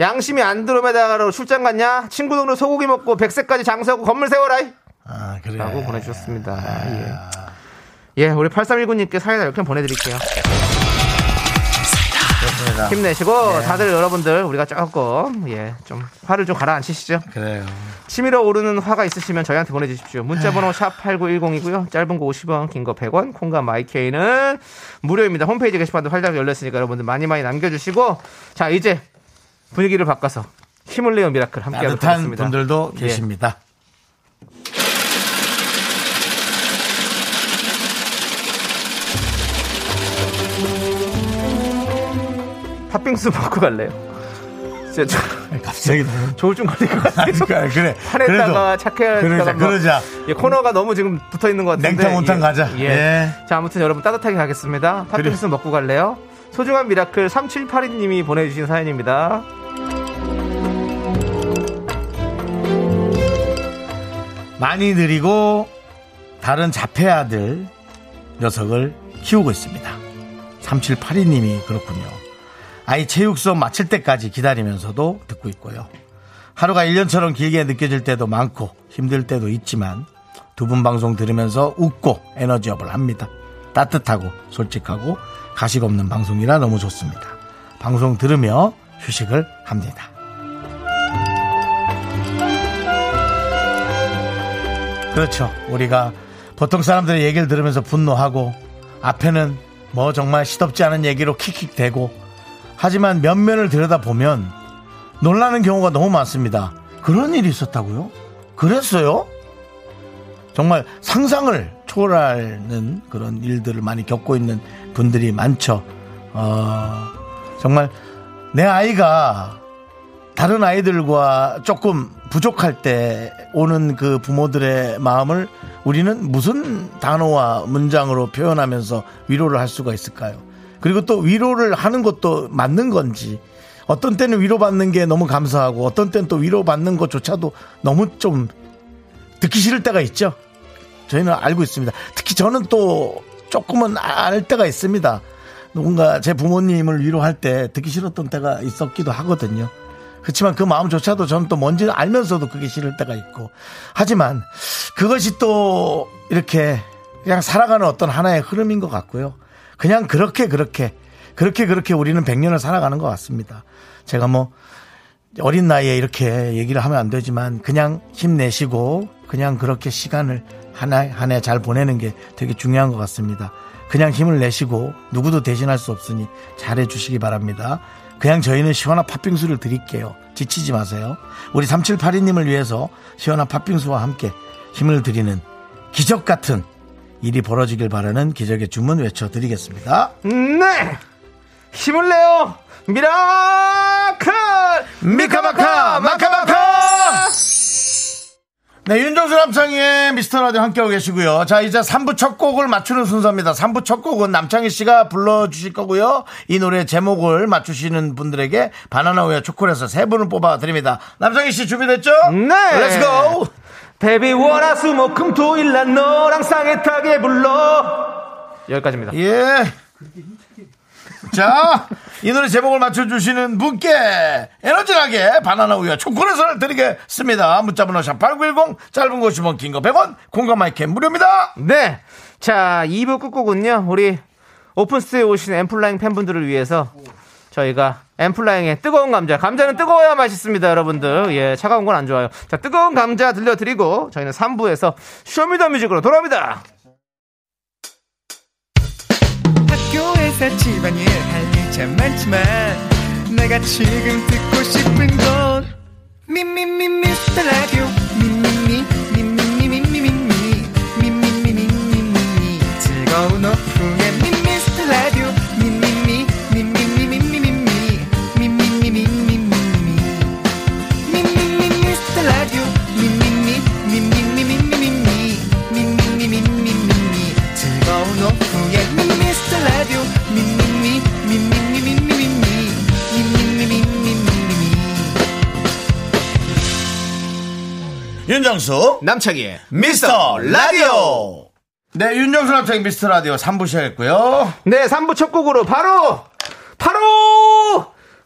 양심이 안드로메다로 출장 갔냐? 친구 동네 소고기 먹고 백세까지 장수하고 건물 세워라. 이.
아, 그래.
라고 보내주셨습니다.
아,
예. 예, 우리 8319님께 사이다 이렇게 보내드릴게요.
그렇습니다. 네.
힘내시고 다들 여러분들 우리가 조금 예 좀 화를 좀 가라앉히시죠.
그래요.
치밀어 오르는 화가 있으시면 저희한테 보내주십시오.
네.
문자번호 샵 #8910이고요. 짧은 거 50원, 긴 거 100원, 콩과 마이케이는 무료입니다. 홈페이지 게시판도 활짝 열렸으니까 여러분들 많이 많이 남겨주시고 자 이제 분위기를 바꿔서 힘을 내요 미라클 함께하도록
따뜻한
하겠습니다.
분들도
예.
계십니다.
팥빙수 먹고 갈래요? 진짜 저,
갑자기 너무-
저울 좀 걸릴 것 같아요.
그러니까, 그래.
화냈다가
그래도
착해야
그러자, 그러자.
예, 코너가 너무 지금 붙어 있는 것 같은데.
냉탕, 온탕
예.
가자.
예.
예.
자, 아무튼 여러분 따뜻하게 가겠습니다. 팥빙수 먹고 갈래요? 소중한 미라클 3782님이 보내주신 사연입니다.
많이 느리고 다른 자폐 아들 녀석을 키우고 있습니다. 3782님이 그렇군요. 아이 체육 수업 마칠 때까지 기다리면서도 듣고 있고요. 하루가 1년처럼 길게 느껴질 때도 많고 힘들 때도 있지만 두 분 방송 들으면서 웃고 에너지업을 합니다. 따뜻하고 솔직하고 가식 없는 방송이라 너무 좋습니다. 방송 들으며 휴식을 합니다. 그렇죠. 우리가 보통 사람들의 얘기를 들으면서 분노하고 앞에는 뭐 정말 시덥지 않은 얘기로 킥킥 대고 하지만 면면을 들여다보면 놀라는 경우가 너무 많습니다. 그런 일이 있었다고요? 그랬어요? 정말 상상을 초월하는 그런 일들을 많이 겪고 있는 분들이 많죠. 어, 정말 내 아이가 다른 아이들과 조금 부족할 때 오는 그 부모들의 마음을 우리는 무슨 단어와 문장으로 표현하면서 위로를 할 수가 있을까요? 그리고 또 위로를 하는 것도 맞는 건지 어떤 때는 위로받는 게 너무 감사하고 어떤 때는 또 위로받는 것조차도 너무 좀 듣기 싫을 때가 있죠. 저희는 알고 있습니다. 특히 저는 또 조금은 알 때가 있습니다. 누군가 제 부모님을 위로할 때 듣기 싫었던 때가 있었기도 하거든요. 그렇지만 그 마음조차도 저는 또 뭔지 알면서도 그게 싫을 때가 있고. 하지만 그것이 또 이렇게 그냥 살아가는 어떤 하나의 흐름인 것 같고요. 그냥 그렇게 그렇게 그렇게 그렇게 우리는 100년을 살아가는 것 같습니다. 제가 뭐 어린 나이에 이렇게 얘기를 하면 안 되지만 그냥 힘내시고 그냥 그렇게 시간을 하나 한 해 잘 보내는 게 되게 중요한 것 같습니다. 그냥 힘을 내시고 누구도 대신할 수 없으니 잘해 주시기 바랍니다. 그냥 저희는 시원한 팥빙수를 드릴게요. 지치지 마세요. 우리 3782님을 위해서 시원한 팥빙수와 함께 힘을 드리는 기적 같은 일이 벌어지길 바라는 기적의 주문 외쳐드리겠습니다.
네! 힘을 내요! 미라클!
미카마카 마카마카 네 윤정수 남창희의 미스터라디오 함께하고 계시고요 자 이제 3부 첫 곡을 맞추는 순서입니다 3부 첫 곡은 남창희씨가 불러주실 거고요 이 노래 제목을 맞추시는 분들에게 바나나 우유 초콜릿에서 세분을 뽑아드립니다 남창희씨 준비됐죠?
네.
렛츠고
데뷔 월화 수목금 토일 날 너랑 쌍애타게 불러 여기까지입니다.
예. 자, 이 노래 제목을 맞춰주시는 분께 에너지나게 바나나 우유와 초콜릿을 드리겠습니다. 문자번호 샵8910, 짧은 거 50원, 긴 거 100원, 공감 마이캠 무료입니다.
네. 자, 2부 끝곡은요. 우리 오픈스에 오신 엠플라잉 팬분들을 위해서 저희가 엠플라잉의 뜨거운 감자. 감자는 뜨거워야 맛있습니다, 여러분들. 예, 차가운 건 안 좋아요. 자, 뜨거운 감자 들려드리고 저희는 3부에서 쇼미더 뮤직으로 돌아옵니다.
학교에서 집안일 할 일 참 많지만 내가 지금 듣고 싶은 건 미미미 미스터 라디오 미미미 미미미 미미미 미미미 미미미 즐거운 오후에 미스터 라디오 미미미 미미미 미미미 미미미 미미미
윤정수,
남창희의
미스터 라디오. 네, 윤정수 남창 미스터 라디오 3부 시작했고요.
네, 3부 첫 곡으로 바로 바로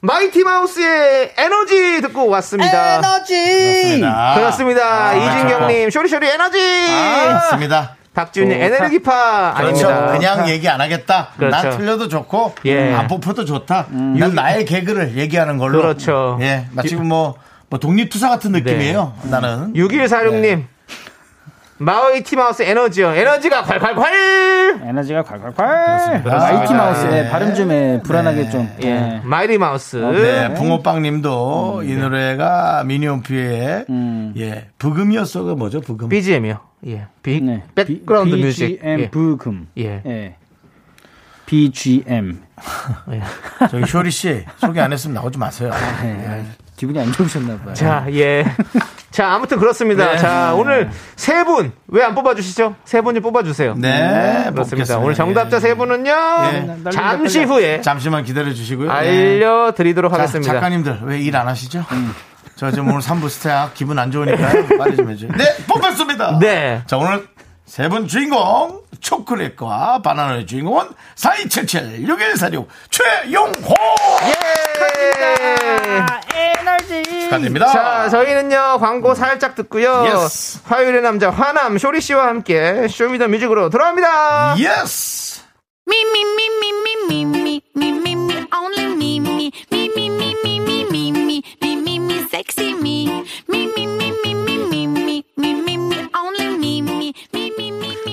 마이티 마우스의 에너지 듣고 왔습니다.
음, 그렇습니다.
그렇습니다. 이진경님, 쇼리쇼리 에너지!
맞습니다.
박지훈님, 에너지파!
아. 그렇죠.
아닙니다.
그냥 얘기 안 하겠다. 난
그렇죠.
틀려도 좋고 음,
예. 음.
안 뽑혀도 좋다. 난 나의 개그를 얘기하는 걸로.
그렇죠. 네.
예, 마치 뭐, 뭐 독립투사 같은 느낌이에요. 나는.
6146님.
네.
마오이 티마우스 에너지요. 에너지가 콸콸콸!
네.
에너지가 콸콸콸.
그렇습니다.
아,
네.
마이티 마우스의
예.
발음 좀에 불안하게 좀. 예.
예. 마이리 마우스.
네,
음,
붕어빵님도
네.
이 노래가 미니홈피의 예 부금이었어가 뭐죠? 부금.
BGM이요. 예. 빅,
네.
백그라운드
B-
뮤직.
BGM
예.
부금.
예.
네.
BGM.
예.
저기 쇼리 씨 소개 안 했으면 나오지 마세요.
예. 기분이 안 좋으셨나 봐요.
자, 예. 자, 아무튼 그렇습니다.
네.
자, 오늘 세 분. 왜 안 뽑아주시죠? 세 분이 뽑아주세요.
네,
그렇습니다.
뽑겠습니다.
오늘 정답자
예.
세 분은요.
예.
잠시 후에
잠시만 기다려 주시고요.
알려드리도록
자,
하겠습니다.
작가님들 왜 일 안 하시죠? 저 지금 오늘 3부 스타 기분 안 좋으니까요. 빨리 좀 네. 해주세요. 네, 뽑았습니다.
네.
자, 오늘 세 분 주인공 초콜릿과 바나나의 주인공은 4277 6146 최용호 예!
예.
축하드립니다.
자, 음. 저희는요, 광고 살짝 듣고요.
Yes.
화요일의 남자, 화남, 쇼리 씨와 함께 쇼미더 뮤직으로 돌아옵니다.
예스.
Me, me, me, me, me, me, me, me, me, me, only me, me, me, me, me, me, me, me, me, me, me, me, sexy me. Me, me, me, me, me, me, me, me, me, me, only me, me, me, me, me.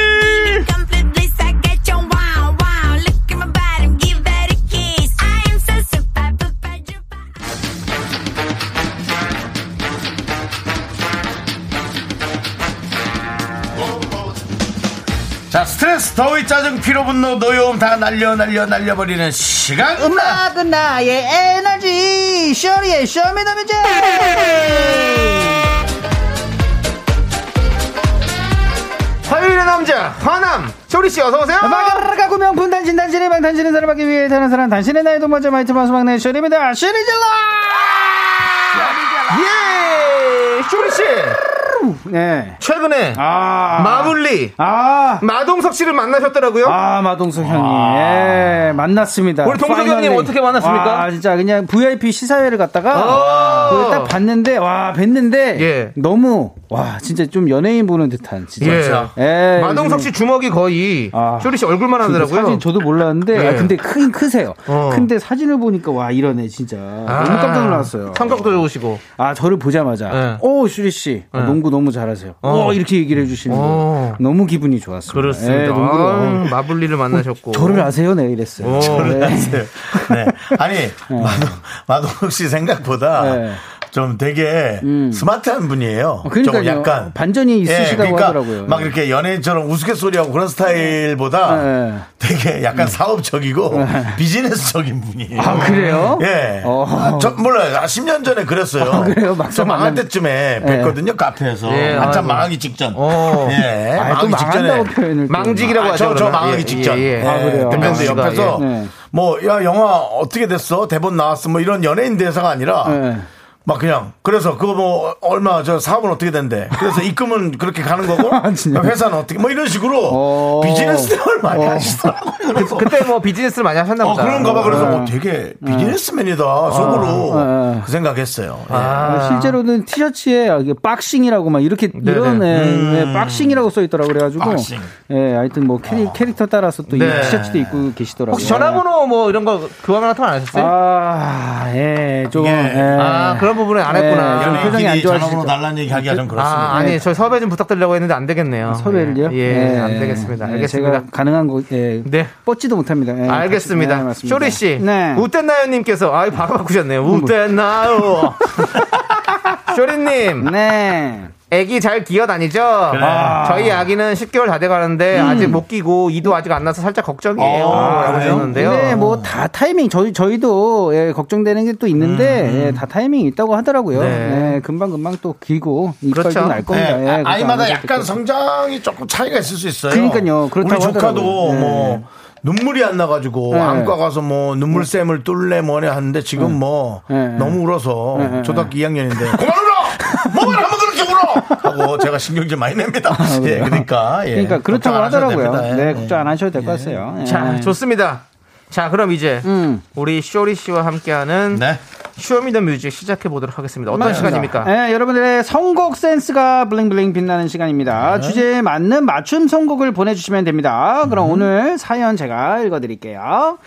Completely psychic, wow, wow. Look at my body, give that a kiss. I am so super, super, duper.
자, 스트레스, 더위, 짜증, 피로, 분노, 노여움 다 날려, 날려, 날려버리는 시간. 음악!
음악은 나의 에너지 쇼리의 쇼미더뮤직
화요일의 남자, 화남, 쇼리씨 어서오세요!
마가라가 구명 군단신 단신의 방 단신의 사랑하기 위해 태어난 사람 단신의 나의 동반자 마이트 마스 막내 쇼리입니다 쇼리질러
예! 쇼리씨!
예.
네.
최근에
아.
마블리,
아.
마동석 씨를 만나셨더라고요?
아, 마동석 형님. 예, 만났습니다.
우리 동석
파이널리.
형님 어떻게 만났습니까?
와, 진짜 그냥 VIP 시사회를
아.
갔다가 그걸 딱 봤는데, 와, 뵀는데,
예.
너무, 와, 진짜 좀 연예인 보는 듯한, 진짜.
예.
예,
마동석 씨
요즘-
주먹이 거의
아.
쇼리씨 얼굴만 하더라고요.
사진 저도 몰랐는데,
예.
아, 근데 크긴 크세요.
어.
근데 사진을 보니까, 와, 이러네, 진짜.
아.
너무 깜짝 놀랐어요.
성격도 좋으시고.
아, 저를 보자마자,
예.
오, 슈리씨, 아,
예.
농구 너무 잘하세요.
어.
오, 이렇게 얘기를 해주시는
어.
거. 너무 기분이 좋았어요.
그렇습니다.
예,
아,
농구를.
마블리를 만나셨고.
저를 아세요? 네, 이랬어요.
어.
네.
네. 아니, 마동, 마동욱 씨 생각보다
네. 음.
좀 되게 스마트한 분이에요.
어, 그러니까요.
좀 약간.
반전이
예,
있으시다고
그러니까
하더라고요.
막 이렇게 연예인처럼 우스갯소리하고 그런 스타일보다
네.
되게 약간 사업적이고 비즈니스적인 분이에요.
아, 그래요?
예.
어.
아, 저 몰라요. 아, 10년 전에 그랬어요.
아, 그래요? 막상
저 망할
만나면- 네.
때쯤에 뵀거든요. 카페에서.
예,
한참
아이고.
망하기 직전.
어.
예.
아, 또 망한다고 표현을. 또.
망직이라고
아,
하죠.
저, 저
그러면.
망하기
예,
직전.
예, 예.
아, 그래요?
근데
아,
옆에서
예.
뭐, 야, 영화 어떻게 됐어? 대본 나왔어? 뭐 이런 연예인 대사가 아니라
예.
막 그냥 그래서 그거 뭐 얼마 저 사업은 어떻게 된대 그래서 입금은 그렇게 가는 거고
아, 진짜요?
회사는 어떻게 뭐 이런 식으로
어.
비즈니스를 많이
어.
하시더라고요 그래서
그때 뭐 비즈니스를 많이 하셨나
어
보다.
그런가 봐 그래서 어, 되게 비즈니스맨이다 속으로
네. 아.
그 생각했어요 예.
아.
실제로는 티셔츠에 이게 박싱이라고 막 이렇게 이런 예,
음.
예, 박싱이라고 써 있더라고 그래가지고
박싱.
예 하여튼 뭐 캐리, 캐릭터 따라서 또
아. 네.
이 티셔츠도 입고 계시더라고요.
혹시 전화번호 뭐 이런 거 교환 같은 거 안 하셨어요? 아,
아예 조금
예.
예.
그런 부분은 안 했구나.
예, 좀 표정이 안
연예인끼리 전화번호
좋아지시죠?
달라는 얘기 하기가 좀 네, 그렇습니다
아, 아니, 저 섭외 좀 부탁드리려고 했는데 안 되겠네요.
아, 섭외를요?
예, 예, 안 되겠습니다.
예,
알겠습니다.
제가 가능한 거 예,
네.
뻗지도 못합니다. 예, 같이- 네,
알겠습니다.
맞습니다.
쇼리 씨,
네.
우땠나요님께서 아, 바로 바꾸셨네요. 우땠나요? 쇼리님,
네.
아기 잘 기어다니죠? 아, 저희 아기는 10개월 다 돼가는데 아직 못 끼고 이도 아직 안 나서 살짝 걱정이에요. 라고 하셨는데요.
근데 아, 뭐 다 타이밍 저희 저희도 예, 걱정되는 게 또
음,
있는데 예, 다 타이밍이 있다고 하더라고요.
네.
예, 금방 금방 또 길고 이빨도
그렇죠.
날 겁니다.
네,
예,
아,
그래서
아이마다
아무래도
약간
또-
성장이 조금 차이가 있을 수 있어요.
그러니까요. 그렇다고
우리 조카도
하더라고요.
뭐 눈물이 안 나가지고
네.
안과 가서 뭐 눈물샘을 뚫래 뭐래 하는데 지금 뭐
네.
너무 울어서
네.
초등학교 2학년인데 그만 울어! 뭐만 하면 그렇게 울어! 하고 제가 신경질 많이 냅니다. 예, 그러니까. 예.
아, 그러니까
걱정
그렇다고
안 하셔도
하더라고요.
됩니다. 예.
네, 걱정 안 하셔도 될 것 같아요. 예.
자, 좋습니다. 자, 그럼 이제
음.
우리 쇼리 씨와 함께하는
네.
쇼미더뮤직 시작해 보도록 하겠습니다. 아, 어떤 시간입니까?
예, 여러분들의 선곡 센스가 블링블링 빛나는 시간입니다.
네.
주제에 맞는 맞춤 선곡을 보내주시면 됩니다. 그럼
음.
오늘 사연 제가 읽어드릴게요.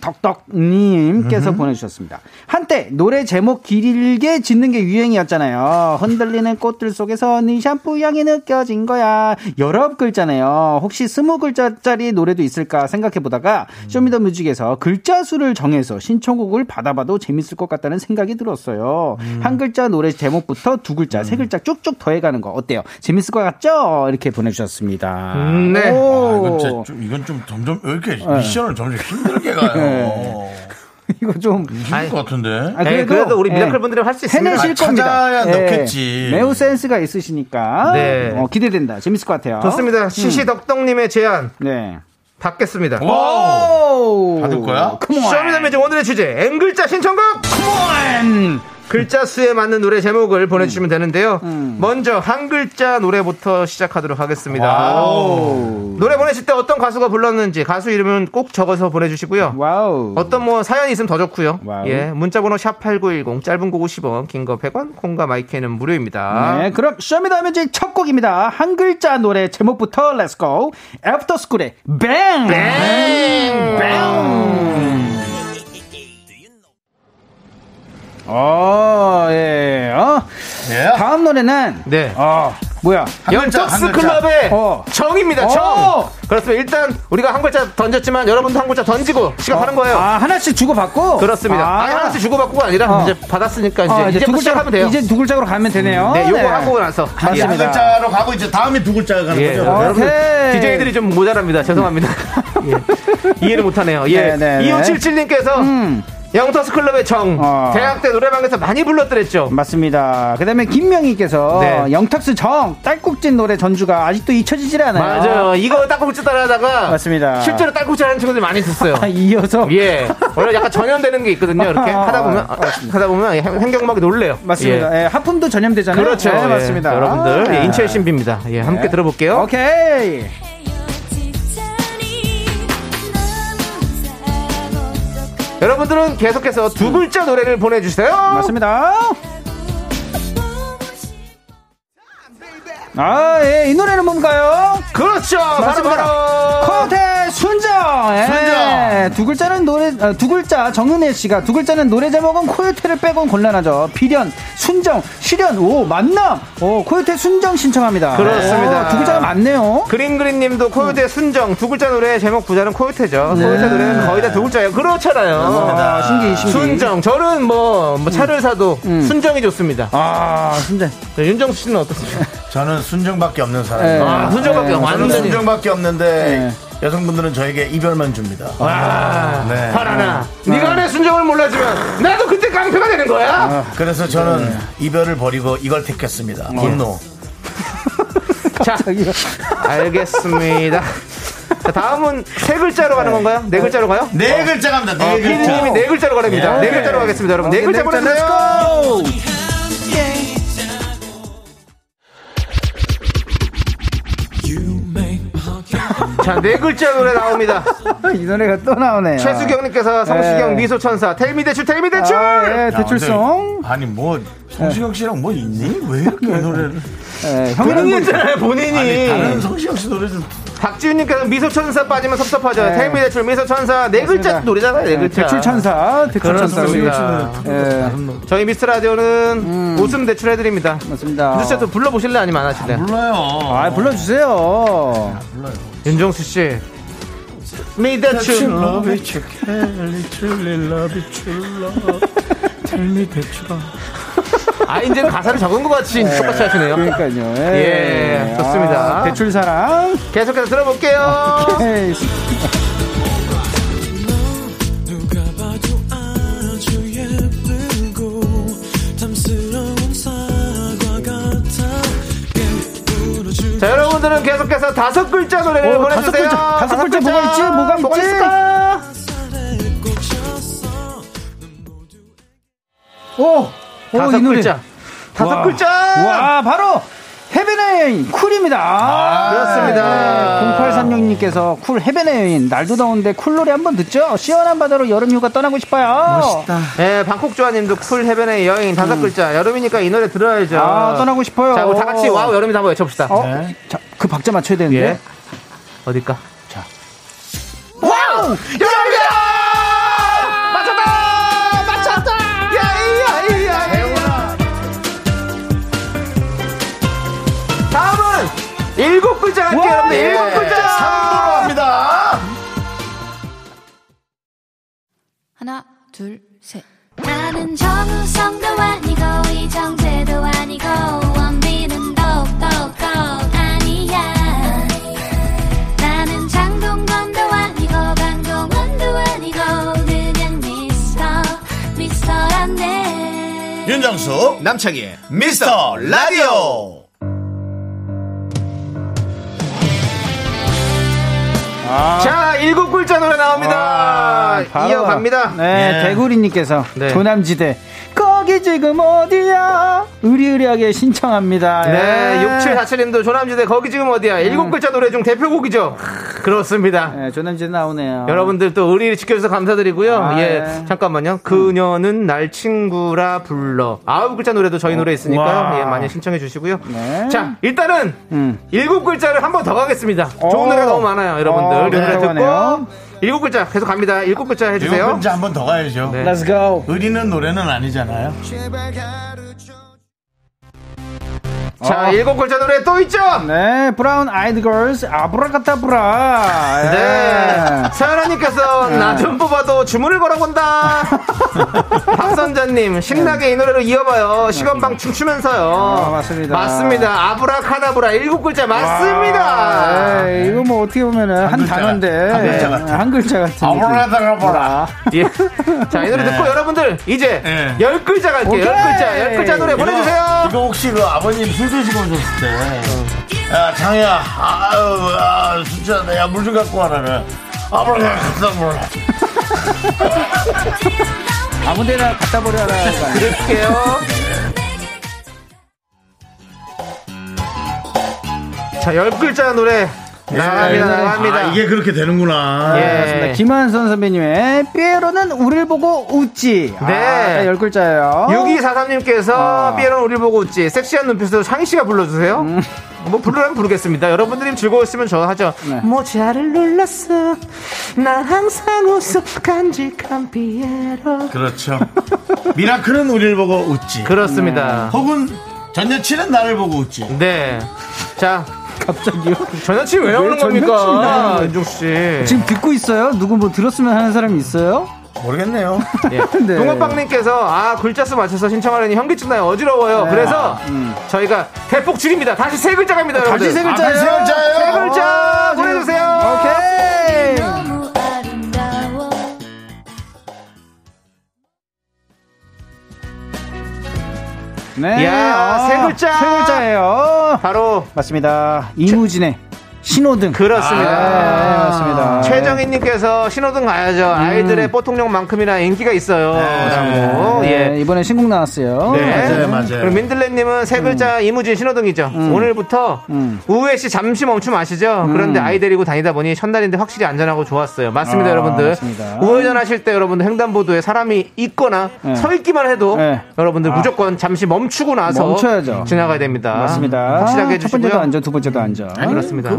음.
시시덕덕님께서 보내주셨습니다. 한때 노래 제목 길게 짓는 게 유행이었잖아요. 흔들리는 꽃들 속에서 네 샴푸 향이 느껴진 거야. 여러 글자네요. 혹시 스무 글자짜리 노래도 있을까 생각해보다가
음.
쇼미더뮤직에서 글자 수를 정해서 신청곡을 받아봐도 재밌을 것 같다는 생각이 들었어요.
음.
한 글자 노래 제목부터 두 글자, 세 글자 쭉쭉 더해가는 거 어때요? 재밌을 것 같죠? 이렇게 보내주셨습니다.
음, 네.
아,
오.
네. 이건, 진짜 좀, 이건 좀 점점 왜 이렇게 미션을 점점 힘들게 가요.
이거 좀.
죽을 것 같은데.
에이,
아,
음. 네, 그래도 우리 미라클
예.
분들이 할수 있습니다.
해내실
아,
겁니다.
찾아야
예.
넣겠지.
매우 센스가 있으시니까
네.
어, 기대된다. 재밌을 것 같아요.
좋습니다. 시시덕덕님의 제안
네.
받겠습니다.
네. 오!
오!
받을 거야?
쇼미더뮤직 오늘의 주제 N글자 신청곡 글자 수에 맞는 노래 제목을 보내주시면 되는데요 먼저 한 글자 노래부터 시작하도록 하겠습니다
와우.
노래 보내실 때 어떤 가수가 불렀는지 가수 이름은 꼭 적어서 보내주시고요
와우.
어떤 뭐 사연이 있으면 더 좋고요
와우.
예, 문자번호 샵8910 짧은 거 50원 긴 거 100원 콩과 마이크는 무료입니다
네, 그럼 쇼미더뮤직 첫 곡입니다. 한 글자 노래 제목부터 렛츠고. 애프터스쿨의 뱅! 뱅! 뱅! 어, 예. 어?
예.
다음 노래는
네.
어, 뭐야?
한 글자, 한
연적스
글자.
클럽의
어.
정입니다. 정.
어.
그렇습니다. 일단 우리가 한 글자 던졌지만 여러분도 한 글자 던지고 시작하는 거예요.
아, 하나씩 주고받고?
그렇습니다.
아.
아, 니 하나씩 주고받고가 아니라
어.
이제 받았으니까 이제
어,
이제 부터 시작하면 돼요.
이제 두 글자로 가면 되네요.
네, 요거 하고 나서
이한
맞습니다.
글자로 가고 이제 다음이 두 글자가 가는
예,
그렇죠.
거죠.
여러분
오케이.
DJ들이 좀 모자랍니다. 죄송합니다. 예. 이해를 못하네요. 예,
네, 네, 네.
2577님께서
음.
영터스 클럽의 정
어.
대학 때 노래방에서 많이 불렀더랬죠.
맞습니다. 그다음에 김명희께서
네.
영탁스 정 딸꾹질 노래 전주가 아직도 잊혀지질 않아요.
맞아요. 이거 딸꾹질 따라하다가
맞습니다.
실제로 딸꾹질 하는 친구들이 많이 있었어요.
아, 이어서
예. 원래 약간 전염되는 게 있거든요. 이렇게
아,
하다 보면, 하다 보면 예, 행경막이 놀래요.
맞습니다.
예.
예, 하품도 전염되잖아요.
그렇죠.
네,
예.
맞습니다.
여러분들,
아,
예, 인체의 신비입니다. 예, 함께 들어볼게요.
오케이.
여러분들은 계속해서 두 글자 노래를 보내주세요.
음. 맞습니다. 아, 예, 이 노래는 뭔가요?
그렇죠. 바로
맞습니다.
바로.
코테 순정. 예.
순정.
두 글자는 노래 어, 두 글자 정은혜 씨가 두 글자는 노래 제목은 코요테를 빼곤 곤란하죠. 비련, 순정, 실현, 오 만남. 오 코요테 순정 신청합니다.
그렇습니다.
오, 두 글자가 많네요.
그린그린 님도 코요태 순정 두 글자 노래 제목 부자는 코요태죠. 코요태 노래는 거의 다 두 글자예요. 네. 그렇잖아요.
아, 신기 신기.
순정. 저는 뭐, 뭐 차를 사도 순정이 좋습니다.
아 순정.
네, 윤정수 씨는 어떻습니까?
저는 순정밖에 없는
예.
사람이에요.
아, 순정밖에 예.
저는
완전히.
순정밖에 없는데 여성분들은 저에게 이별만 줍니다.
와,
아, 네.
바나나. 아, 네가 내 순정을 몰랐지만 나도 그때 깡패가 되는 거야.
그래서 저는
예.
이별을 버리고 이걸 택했습니다. 분노.
자, 알겠습니다. 자, 다음은 세 글자로 가는 건가요? 네 글자로 가요?
네 글자 갑니다. 네 글자.
피디님이 네 글자로 가랍니다.
예.
네 글자로 가겠습니다, 여러분. 네 글자
글자,
보내주세요. 자, 네 글자 노래 나옵니다.
이 노래가 또 나오네요.
최수경님께서 성시경
예.
미소천사, 텔미대출, 텔미대출!
아, 예,
야,
대출송.
근데 아니 뭐 성시경 씨랑 뭐 있니? 왜 이렇게 노래를?
네. 본인이
예, 형이랑
했잖아요, 본인이.
아니 다른 성시경 씨 노래 좀
박지윤님께서 미소천사 빠지면 섭섭하죠.
네.
텔미대출, 미소천사. 네 글자 노래잖아요, 네 글자.
대출천사, 대출천사.
그렇습니다.
예,
저희 미스 라디오는 웃음 대출해드립니다.
맞습니다.
윤정수 씨도 불러보실래 요 아니면 안 하실래? 요
불러요.
아, 불러주세요.
윤정수 씨. 미대출.
Love it, you can't, truly love it, you love. Tell me that you love.
아, 이제 가사를 적은 것 같이 똑같이 하시네요.
그러니까요. 아,
예, 좋습니다.
대출사랑.
계속해서 들어볼게요.
에이,
자, 여러분들은 계속해서 다섯 글자 노래를
어, 다섯
보내주세요.
글자, 다섯 글자 뭐가 있지? 뭐가 있지?
있을까?
오! 오,
다섯
이 노래.
글자. 다섯
와.
글자.
와, 바로! 해변의 여인, 쿨입니다.
아, 그렇습니다.
0836님께서 쿨 해변의 여인, 날도 더운데 쿨 노래 한번 듣죠? 시원한 바다로 여름 휴가 떠나고 싶어요. 멋있다.
예, 방콕 조아님도 쿨 해변의 여행 다섯 글자. 여름이니까 이 노래 들어야죠.
음. 아, 떠나고 싶어요.
자, 우리 다 같이 와우 여름이다 한번 외쳐봅시다.
어? 자, 그 박자 맞춰야 되는데.
예. 어딜까?
와우!
여름이다! 맞췄다! 맞췄다! 야, 야, 야, 야.
예.
다음은 일곱 글자 할게요,
와,
여러분들. 일곱
예.
글자!
합니다.
하나, 둘, 셋. 나는 정우성도 아니고, 이정재도 아니고, 원빈은 더욱더 아니야. 나는 장동건도 아니고, 강동원도 아니고, 그냥 미스터,
예. 윤정수
남창희의
미스터 라디오
자, 일곱 글자 노래 나옵니다.
바로.
이어갑니다.
네,
예.
대구리님께서
네.
조남지대 거기 지금 어디야? 의리의리하게 신청합니다.
네,
예.
6747님도 조남지대 거기 지금 어디야? 일곱 글자 노래 중 대표곡이죠. 그렇습니다.
음. 네, 조남지대 나오네요.
아. 여러분들 또 의리를 지켜주셔서 감사드리고요.
아,
예,
네.
잠깐만요. 그녀는 날 친구라 불러. 아홉 글자 노래도 저희 노래 있으니까요. 예, 많이 신청해 주시고요.
어, 네.
자, 일단은
음.
일곱 글자를 한 번 더 가겠습니다. 좋은
오.
노래 너무 많아요, 여러분들.
어,
이 노래
네,
듣고
그러네요.
일곱 글자 계속 갑니다. 일곱 글자
이거
해주세요.
혼자 한번 더 가야죠
네.
Let's go.
의리는 노래는 아니잖아요
자,
어.
일곱 글자 노래 또 있죠.
네, 브라운 아이드 걸스 아브라카타브라. 예.
네. 서연아님께서
네.
나 좀 뽑아도 주문을 걸어본다. 박선자님, 신나게 이 노래로 이어봐요. 시간방 춤추면서요.
네. 아, 맞습니다.
맞습니다. 아브라카다브라 일곱 글자 맞습니다.
에이, 이거 뭐 어떻게 보면은 한
글자
단어인데
같아. 한 글자 같아.
한 글자 같은.
아브라다라보라
예. 자, 이 노래 듣고 여러분들, 이제
네.
열 글자 갈게요.
네. 오케이.
열 글자, 열 글자 노래 보내주세요.
이거 혹시 그 아버님 술 드시고 오셨을 때, 야, 장이야, 아유, 아, 진짜, 야, 물 좀 갖고 와라. 아버님, 갖다 몰라.
아무데나 갖다 버려라.
네.
드릴게요. 자, 열 글자 노래. 나갑니다, 나갑니다.
아, 이게 그렇게 되는구나.
네, 예.
김한선 선배님의 삐에로는 우릴 보고 웃지. 아,
네.
네, 열 글자예요.
6243님께서
아.
삐에론 우리 보고 웃지 섹시한 눈빛으로 상희 씨가 불러주세요.
음.
뭐 부르라면 부르겠습니다. 여러분들이 즐거웠으면 저 하죠.
네.
모자를 눌렀어. 난 항상 웃어 간직한 삐에로.
그렇죠. 미라클은 우리를 보고 웃지.
그렇습니다.
혹은 전 여친은 나를 보고 웃지.
음.
네. 자,
갑자기요.
전여친 왜 오는
네, 전여친이
겁니까? 아,
나오는
윤종 씨.
아, 지금 듣고 있어요? 누구 뭐 들었으면 하는 사람이 있어요?
모르겠네요.
예.
네.
동호빵님께서 아 글자 수 맞춰서 신청하려니 현기증 나요
네.
어지러워요. 그래서 저희가 대폭 줄입니다. 다시 세 글자 갑니다. 여러분들.
아, 음.
아,
다시 세 글자예요. 아,
다시 세 글자예요?
세 글자 보내주세요.
오케이.
너무 아름다워
네.
이야,
아,
세 글자.
세 글자예요.
바로
맞습니다. 이무진의 신호등. 네,
그렇습니다. 아,
맞습니다. 음.
최정희님께서 신호등 가야죠. 아이들의 뽀통령만큼이나 인기가 있어요. 라고.
네,
예. 네.
이번에 신곡 나왔어요. 음.
맞아요, 맞아요.
그리고 민들레님은 세 글자 이무진 신호등이죠. 오늘부터 우회 씨 잠시 멈춤 아시죠? 그런데 아이 데리고 다니다 보니 첫날인데 확실히 안전하고 좋았어요. 맞습니다,
음. 아,
여러분들.
맞습니다.
우회전하실 때 여러분들 횡단보도에 사람이 있거나 서 있기만 해도
네.
여러분들 무조건 잠시 멈추고 나서
멈춰야죠.
지나가야 됩니다.
맞습니다.
확실하게
아, 첫
해주시고요.
번째도
아,
안전, 음. 두 번째도 안전.
그렇습니다.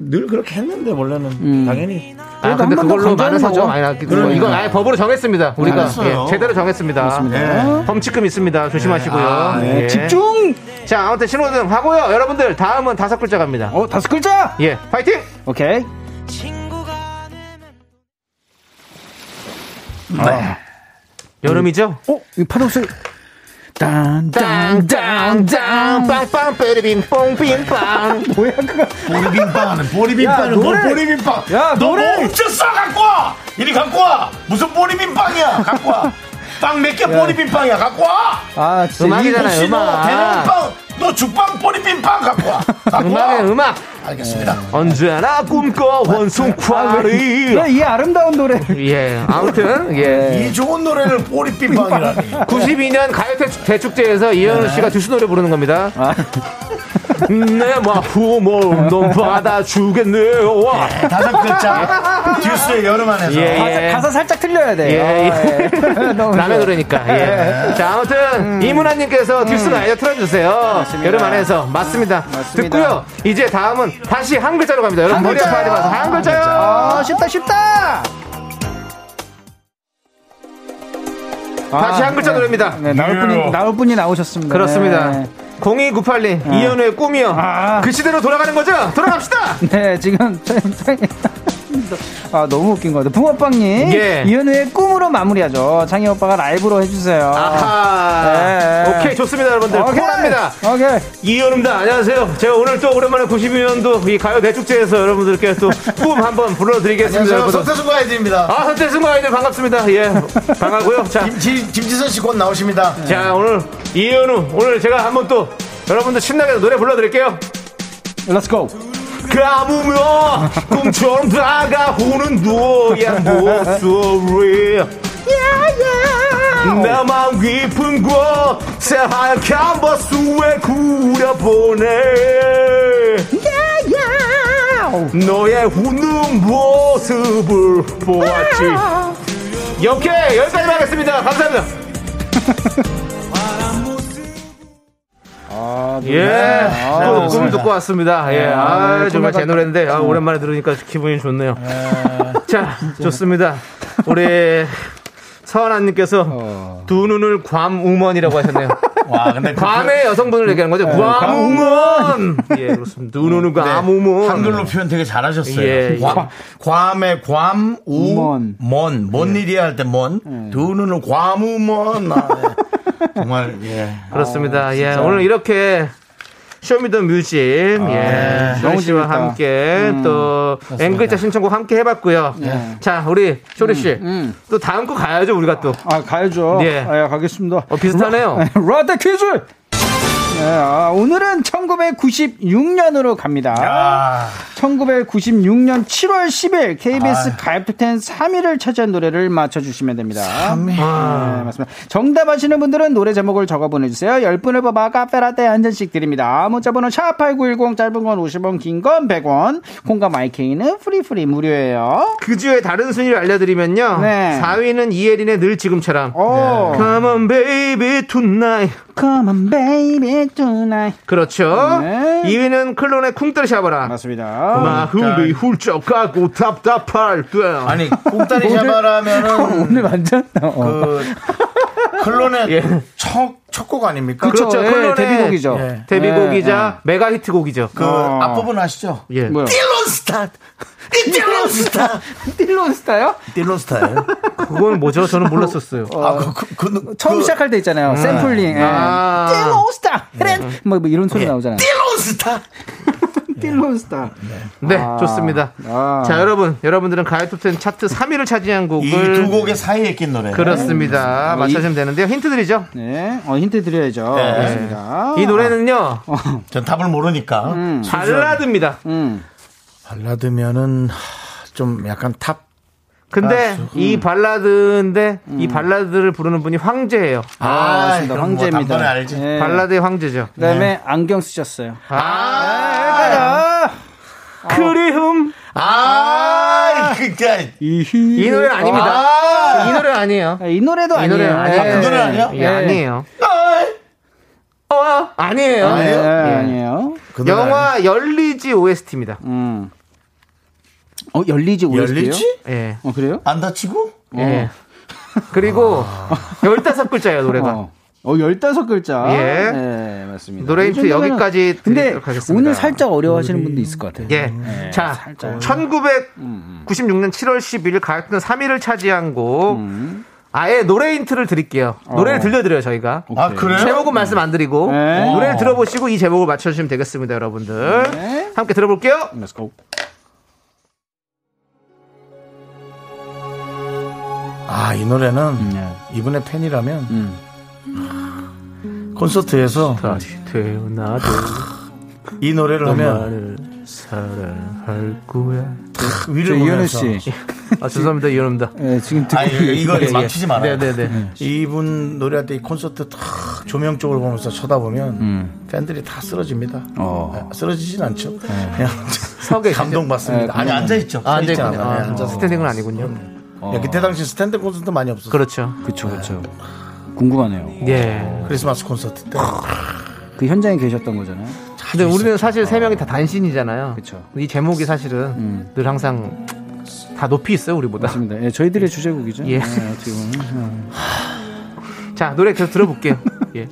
늘 그렇게 했는데, 원래는.
음,
당연히.
아, 근데
한번더
그걸로 많은 사고가
건전한 거죠. 그러니까.
많이 났기 때문에 이건 아예 법으로 정했습니다. 우리가
알았어요.
예, 제대로 정했습니다. 예. 범칙금 있습니다. 조심하시고요.
네,
예.
집중!
자, 아무튼 신호등 하고요. 여러분들 다음은 다섯 글자 갑니다.
어, 다섯 글자!
예, 파이팅!
오케이.
여름이죠?
어, 이 파도소리. 딴, 딴, 딴, 딴.
빵빵 빼리빔 뽕빔빵
뭐야, 그거.
보리빔빵은, 보리빔빵은,
야,
뭘
노래-
보리빔빵!
야,
너
노래-
뭐 훔쳤어! 갖고 와! 이리 갖고 와! 무슨 보리빔빵이야! 갖고 와! 빵 몇 개 보리빔빵이야! 갖고 와!
아, 진짜.
음악이잖아요.
혹시 너
음악.
대나무빵, 너 죽빵 보리빔빵 갖고 와. 갖고 와.
음악의 음악
알겠습니다.
언제나 꿈꿔 원숭파리
이 아름다운 노래.
예 아무튼 예
이 좋은 노래를 보리빔빵이라니.
92년 가요 대- 대축제에서 이현우 씨가 듀스 노래 부르는 겁니다.
아.
내 마음을 넌 받아주겠네요. 와.
다섯 글자. 듀스의 여름 안에서.
예,
가사,
예.
가사 살짝 틀려야 돼.
예, 예.
너무
남의
좋아.
노래니까. 예. 자, 아무튼 이문아님께서 듀스 나이어 틀어주세요.
네. 음. 맞습니다.
여름 안에서 맞습니다.
맞습니다.
듣고요. 이제 다음은 다시 한 글자로 갑니다. 여러분 머리
글자요.
아파하지 마세요. 한 글자요.
아, 쉽다, 쉽다!
다시 한 글자 노래입니다.
아. 네, 나올 분이, 나올 분이 나오셨습니다.
그렇습니다.
네.
0298님 이현우의 꿈이요.
아.
그 시대로 돌아가는 거죠? 돌아갑시다.
네, 지금 저희- 저희- 아, 너무 웃긴 거 같아. 붕어빵님.
예.
이현우의 꿈으로 마무리하죠. 창희 오빠가 라이브로 해주세요.
아하.
예.
오케이, 좋습니다, 여러분들.
오케이.
콜합니다.
오케이.
이현우입니다. 안녕하세요. 제가 오늘 또 오랜만에 92년도 이 가요 대축제에서 여러분들께 또 꿈 한번 불러드리겠습니다.
안녕하세요.
여러분.
서태순과 아이들입니다.
아, 선택승과 아이들 반갑습니다. 예, 반가고요. 자,
김지, 김지선 씨 곧 나오십니다.
자, 오늘 이현우. 오늘 제가 한번 또 여러분들 신나게 노래 불러드릴게요.
Let's go.
가무며 꿈처럼 다가오는 너의 목소리 나만 깊은 곳 새하얀 캔버스 위에 그려보네 너의 웃는 모습을 보았지 오케이 여기까지 하겠습니다 감사합니다 예, 또 꿈을 듣고 왔습니다. 예, 아, 정말 제 노래인데 아, 오랜만에 들으니까 기분이 좋네요. 아. 자, 좋습니다. 우리 서은아님께서 두 눈을 괌우먼이라고 하셨네요.
와, 근데 그
괌의 여성분을 얘기하는 거죠. 네. 괌우먼. 예, 그렇습니다. 두 눈은 괌우먼.
네. 한글로 표현 되게 잘하셨어요.
예,
괌, 괌의 괌, 우,
먼.
먼, 먼, 일이야 할 때 먼, 두 눈을 괌우, 먼. 아, 네. 정말, 예.
그렇습니다.
아,
예, 오늘 이렇게 쇼미더 뮤직, 예, 쇼리
너무
씨와
아, 네. 재밌다. 음,
함께 또 앵글자 신청곡 함께 해봤고요.
네.
자, 우리 쇼리 씨, 또 다음 거 가야죠, 우리가 또.
아, 가야죠.
예.
아, 예, 가겠습니다.
어, 비슷하네요.
라떼 퀴즈! 네, 아, 오늘은 1996년으로 갑니다.
아,
1996년 7월 10일 KBS 가입투텐 3위를 차지한 노래를 맞춰주시면 됩니다. 3위.
아.
네, 맞습니다. 정답 아시는 분들은 노래 제목을 적어 보내주세요. 10분을 뽑아 카페라떼 한 잔씩 드립니다. 문자번호 샵8910 짧은 건 50원, 긴 건 100원. 콩과 마이케이는 프리프리 무료예요.
그 주에 다른 순위를 알려드리면요.
네. 어.
4위는 이혜린의 늘 지금처럼.
오.
Come on, baby, tonight.
Come on baby tonight.
그렇죠.
네.
2위는 클론의 쿵뜰 샤버라.
맞습니다.
마음이 훌쩍하고 답답할 때.
아니, 꽁다리 샤바라면은
오늘 완전 어.
그, 클론의 첫, 첫 곡 아닙니까?
그쵸.
그렇죠.
예,
클론의
데뷔곡이죠.
예. 데뷔곡이자 메가 히트곡이죠.
그
어.
앞부분 아시죠?
예.
뭐야?
딜론스타! 이 딜론스타!
딜론스타요?
딜론스타예요?
그건 뭐죠? 저는 몰랐었어요.
아, 그, 그, 그,
처음
그-
시작할 때 있잖아요. 샘플링. 예.
아. 예.
딜론스타! 뭐, 뭐 이런 소리 나오잖아요.
딜론스타!
딜론스타.
네, 좋습니다.
아.
자, 여러분, 여러분들은 가요톱10 차트 3위를 차지한 곡을 네.
이 두 곡의 사이에 낀 노래.
그렇습니다. 맞춰주면 되는데요. 힌트 드리죠.
네, 어, 힌트 드려야죠.
네.
그렇습니다.
이 노래는요,
전 답을 모르니까.
음. 발라드입니다.
음.
발라드면은 하, 좀 약간 탑.
근데 이 발라드인데 이 발라드를 부르는 분이 황제예요.
아,
맞습니다.
그럼 뭐
황제입니다.
단번에 알지.
네.
발라드의 네. 황제죠.
그다음에 안경 쓰셨어요.
아.
아,
그리움
아,
아, 그, 그,
이 노래 아닙니다.
아,
이 노래 아니에요.
이 노래도
이
아니에요.
노래 아니에요.
그 노래 아니야?
예, 아니에요. 어, 아니에요.
예,
아니에요?
아니에요.
그 노래
영화 열리지 OST입니다.
음. 어, 열리지
아니야?
오일이요?
열리지?
예.
어, 그래요?
안 다치고?
예. 그리고 15글자예요, 노래가.
어. 어, 열다섯 글자.
예.
네, 맞습니다.
노래
이
힌트
정도면은-
여기까지
근데
드리도록 하겠습니다.
오늘 살짝 어려워하시는 분도 있을 것 같아요.
예. 자, 1996년 7월 10일 가요톱 3위를 차지한 곡. 아예 노래 힌트를 드릴게요. 노래를 들려드려요, 저희가.
아, 그래요?
제목은 말씀 안 드리고
네.
노래를 들어보시고 이 제목을 맞춰주시면 되겠습니다, 여러분들.
네.
함께 들어볼게요.
Let's go.
아, 이 노래는
음, 네.
이분의 팬이라면 콘서트에서
다시 태어나도
이 노래를 하면
나를 사랑할 거야.
탁 위를
이현우
보면서
씨.
아, 죄송합니다, 이현우입니다.
예, 지금 듣고
아, 이거
예, 예.
망치지 말아요. 음.
네네네.
이분 노래할 때 이 콘서트 탁 조명 쪽을 보면서 쳐다보면 팬들이 다 쓰러집니다.
어.
아, 쓰러지진 않죠. 그냥
서 계시죠?
감동받습니다. 아니 앉아 있죠.
아, 네,
앉아
아,
앉아서.
스탠딩은 아니군요.
야, 그때 당시 스탠드 콘서트 많이 없었어. 요
그렇죠.
그쵸, 그쵸. 아, 궁금하네요.
예.
크리스마스 콘서트 때.
그 현장에 계셨던 거잖아요.
근데 우리는 사실 세 명이 다 단신이잖아요.
그쵸.
이 제목이 사실은 늘 항상 다 높이 있어요, 우리보다.
맞습니다. 예, 저희들의 주제곡이죠.
예.
예, 어떻게 보면.
자, 노래 계속 들어볼게요. 예.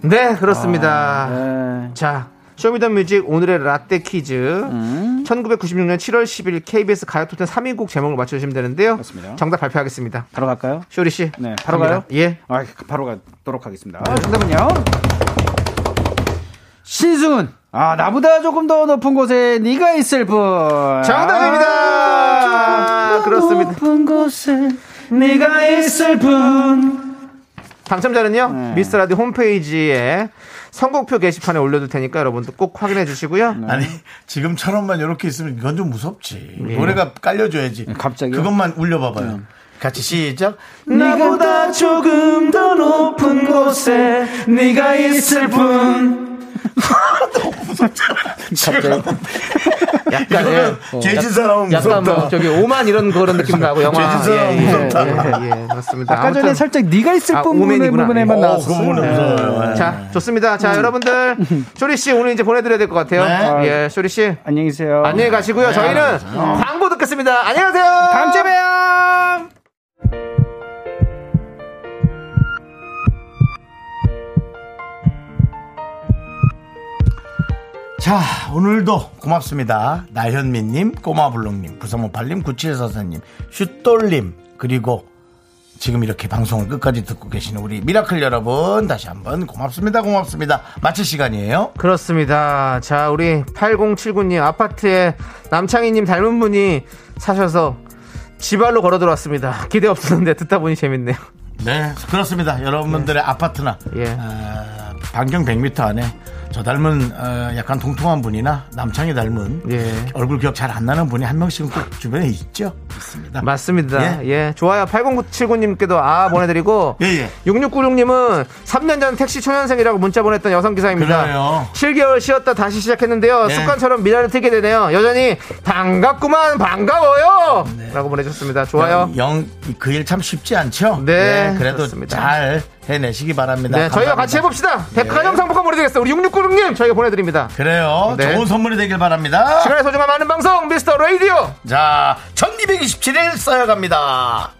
네, 그렇습니다.
예.
자, 쇼미더뮤직 오늘의 라떼 퀴즈 음. 1996년 7월 10일 KBS 가요톱텐 3인곡 제목을 맞춰주시면 되는데요
맞습니다.
정답 발표하겠습니다
바로 갈까요?
쇼리 씨
네, 바로
갑니다.
가요?
예
아, 바로 가도록 하겠습니다. 아, 정답은요? 신승훈. 아, 나보다 조금 더 높은 곳에 네가 있을 뿐.
정답입니다
아,
그렇습니다
높은 곳에 네가 있을 뿐.
당첨자는요
네.
미스터 라디 홈페이지에 선곡표 게시판에 올려둘 테니까 여러분들 꼭 확인해 주시고요
아니 지금처럼만 이렇게 있으면 이건 좀 무섭지 노래가 깔려줘야지
갑자기요?
그것만 울려봐봐요 같이 시작
나보다 조금 더 높은 곳에 네가 있을 뿐.
약간 예.
이거는 죄진 사람은
약간 뭐
무섭다
저기 오만 이런 그런 느낌 나고 영화
죄진 사람 무섭다.
예, 예, 예, 그렇습니다
아까 전에
아무튼
살짝 네가 있을
아,
뿐 부분의
오맨이구나.
부분에만
어,
나왔었어요.
그 부분은 무서워요 예.
자, 좋습니다. 자, 여러분들, 쇼리 씨 오늘 이제 보내드려야 될 것 같아요.
네.
예, 쇼리 씨
안녕히 계세요.
안녕히 가시고요. 저희는 광고 듣겠습니다. 안녕히 가세요. 다음 주에 봬요.
자, 오늘도 고맙습니다. 나현민님, 꼬마블록님, 부사모팔님, 구칠사사님, 슛돌님, 그리고 지금 이렇게 방송을 끝까지 듣고 계시는 우리 미라클 여러분, 다시 한번 고맙습니다. 고맙습니다. 마칠 시간이에요.
그렇습니다. 자, 우리 8079님 아파트에 남창희님 닮은 분이 사셔서 지발로 걸어 들어왔습니다. 기대 없었는데 듣다 보니 재밌네요.
네, 그렇습니다. 여러분들의 아파트나,
예.
어, 반경 100m 안에 저 닮은 어, 약간 통통한 분이나 남창이 닮은
예.
얼굴 기억 잘 안 나는 분이 한 명씩은 꼭 주변에 있죠. 있습니다.
맞습니다. 예. 좋아요. 8079님께도 아 보내드리고
예, 예.
6696님은 3년 전 택시 초년생이라고 문자 보냈던 여성 기사입니다.
그래요.
7개월 쉬었다 다시 시작했는데요.
네.
습관처럼 미라를 틀게 되네요. 여전히 반갑구만 반가워요. 라고 보내주셨습니다. 좋아요.
영그 일 참 쉽지 않죠? 예,
네,
그래도
그렇습니다.
잘 해내시기 바랍니다.
네, 저희와
감사합니다.
같이 해봅시다.
예.
백화점 상품권 보내드리겠습니다. 우리 6696님 저희가 보내드립니다.
그래요.
네.
좋은 선물이 되길 바랍니다.
시간의 소중함 많은 방송 미스터 라디오.
자, 1227일 써야 갑니다.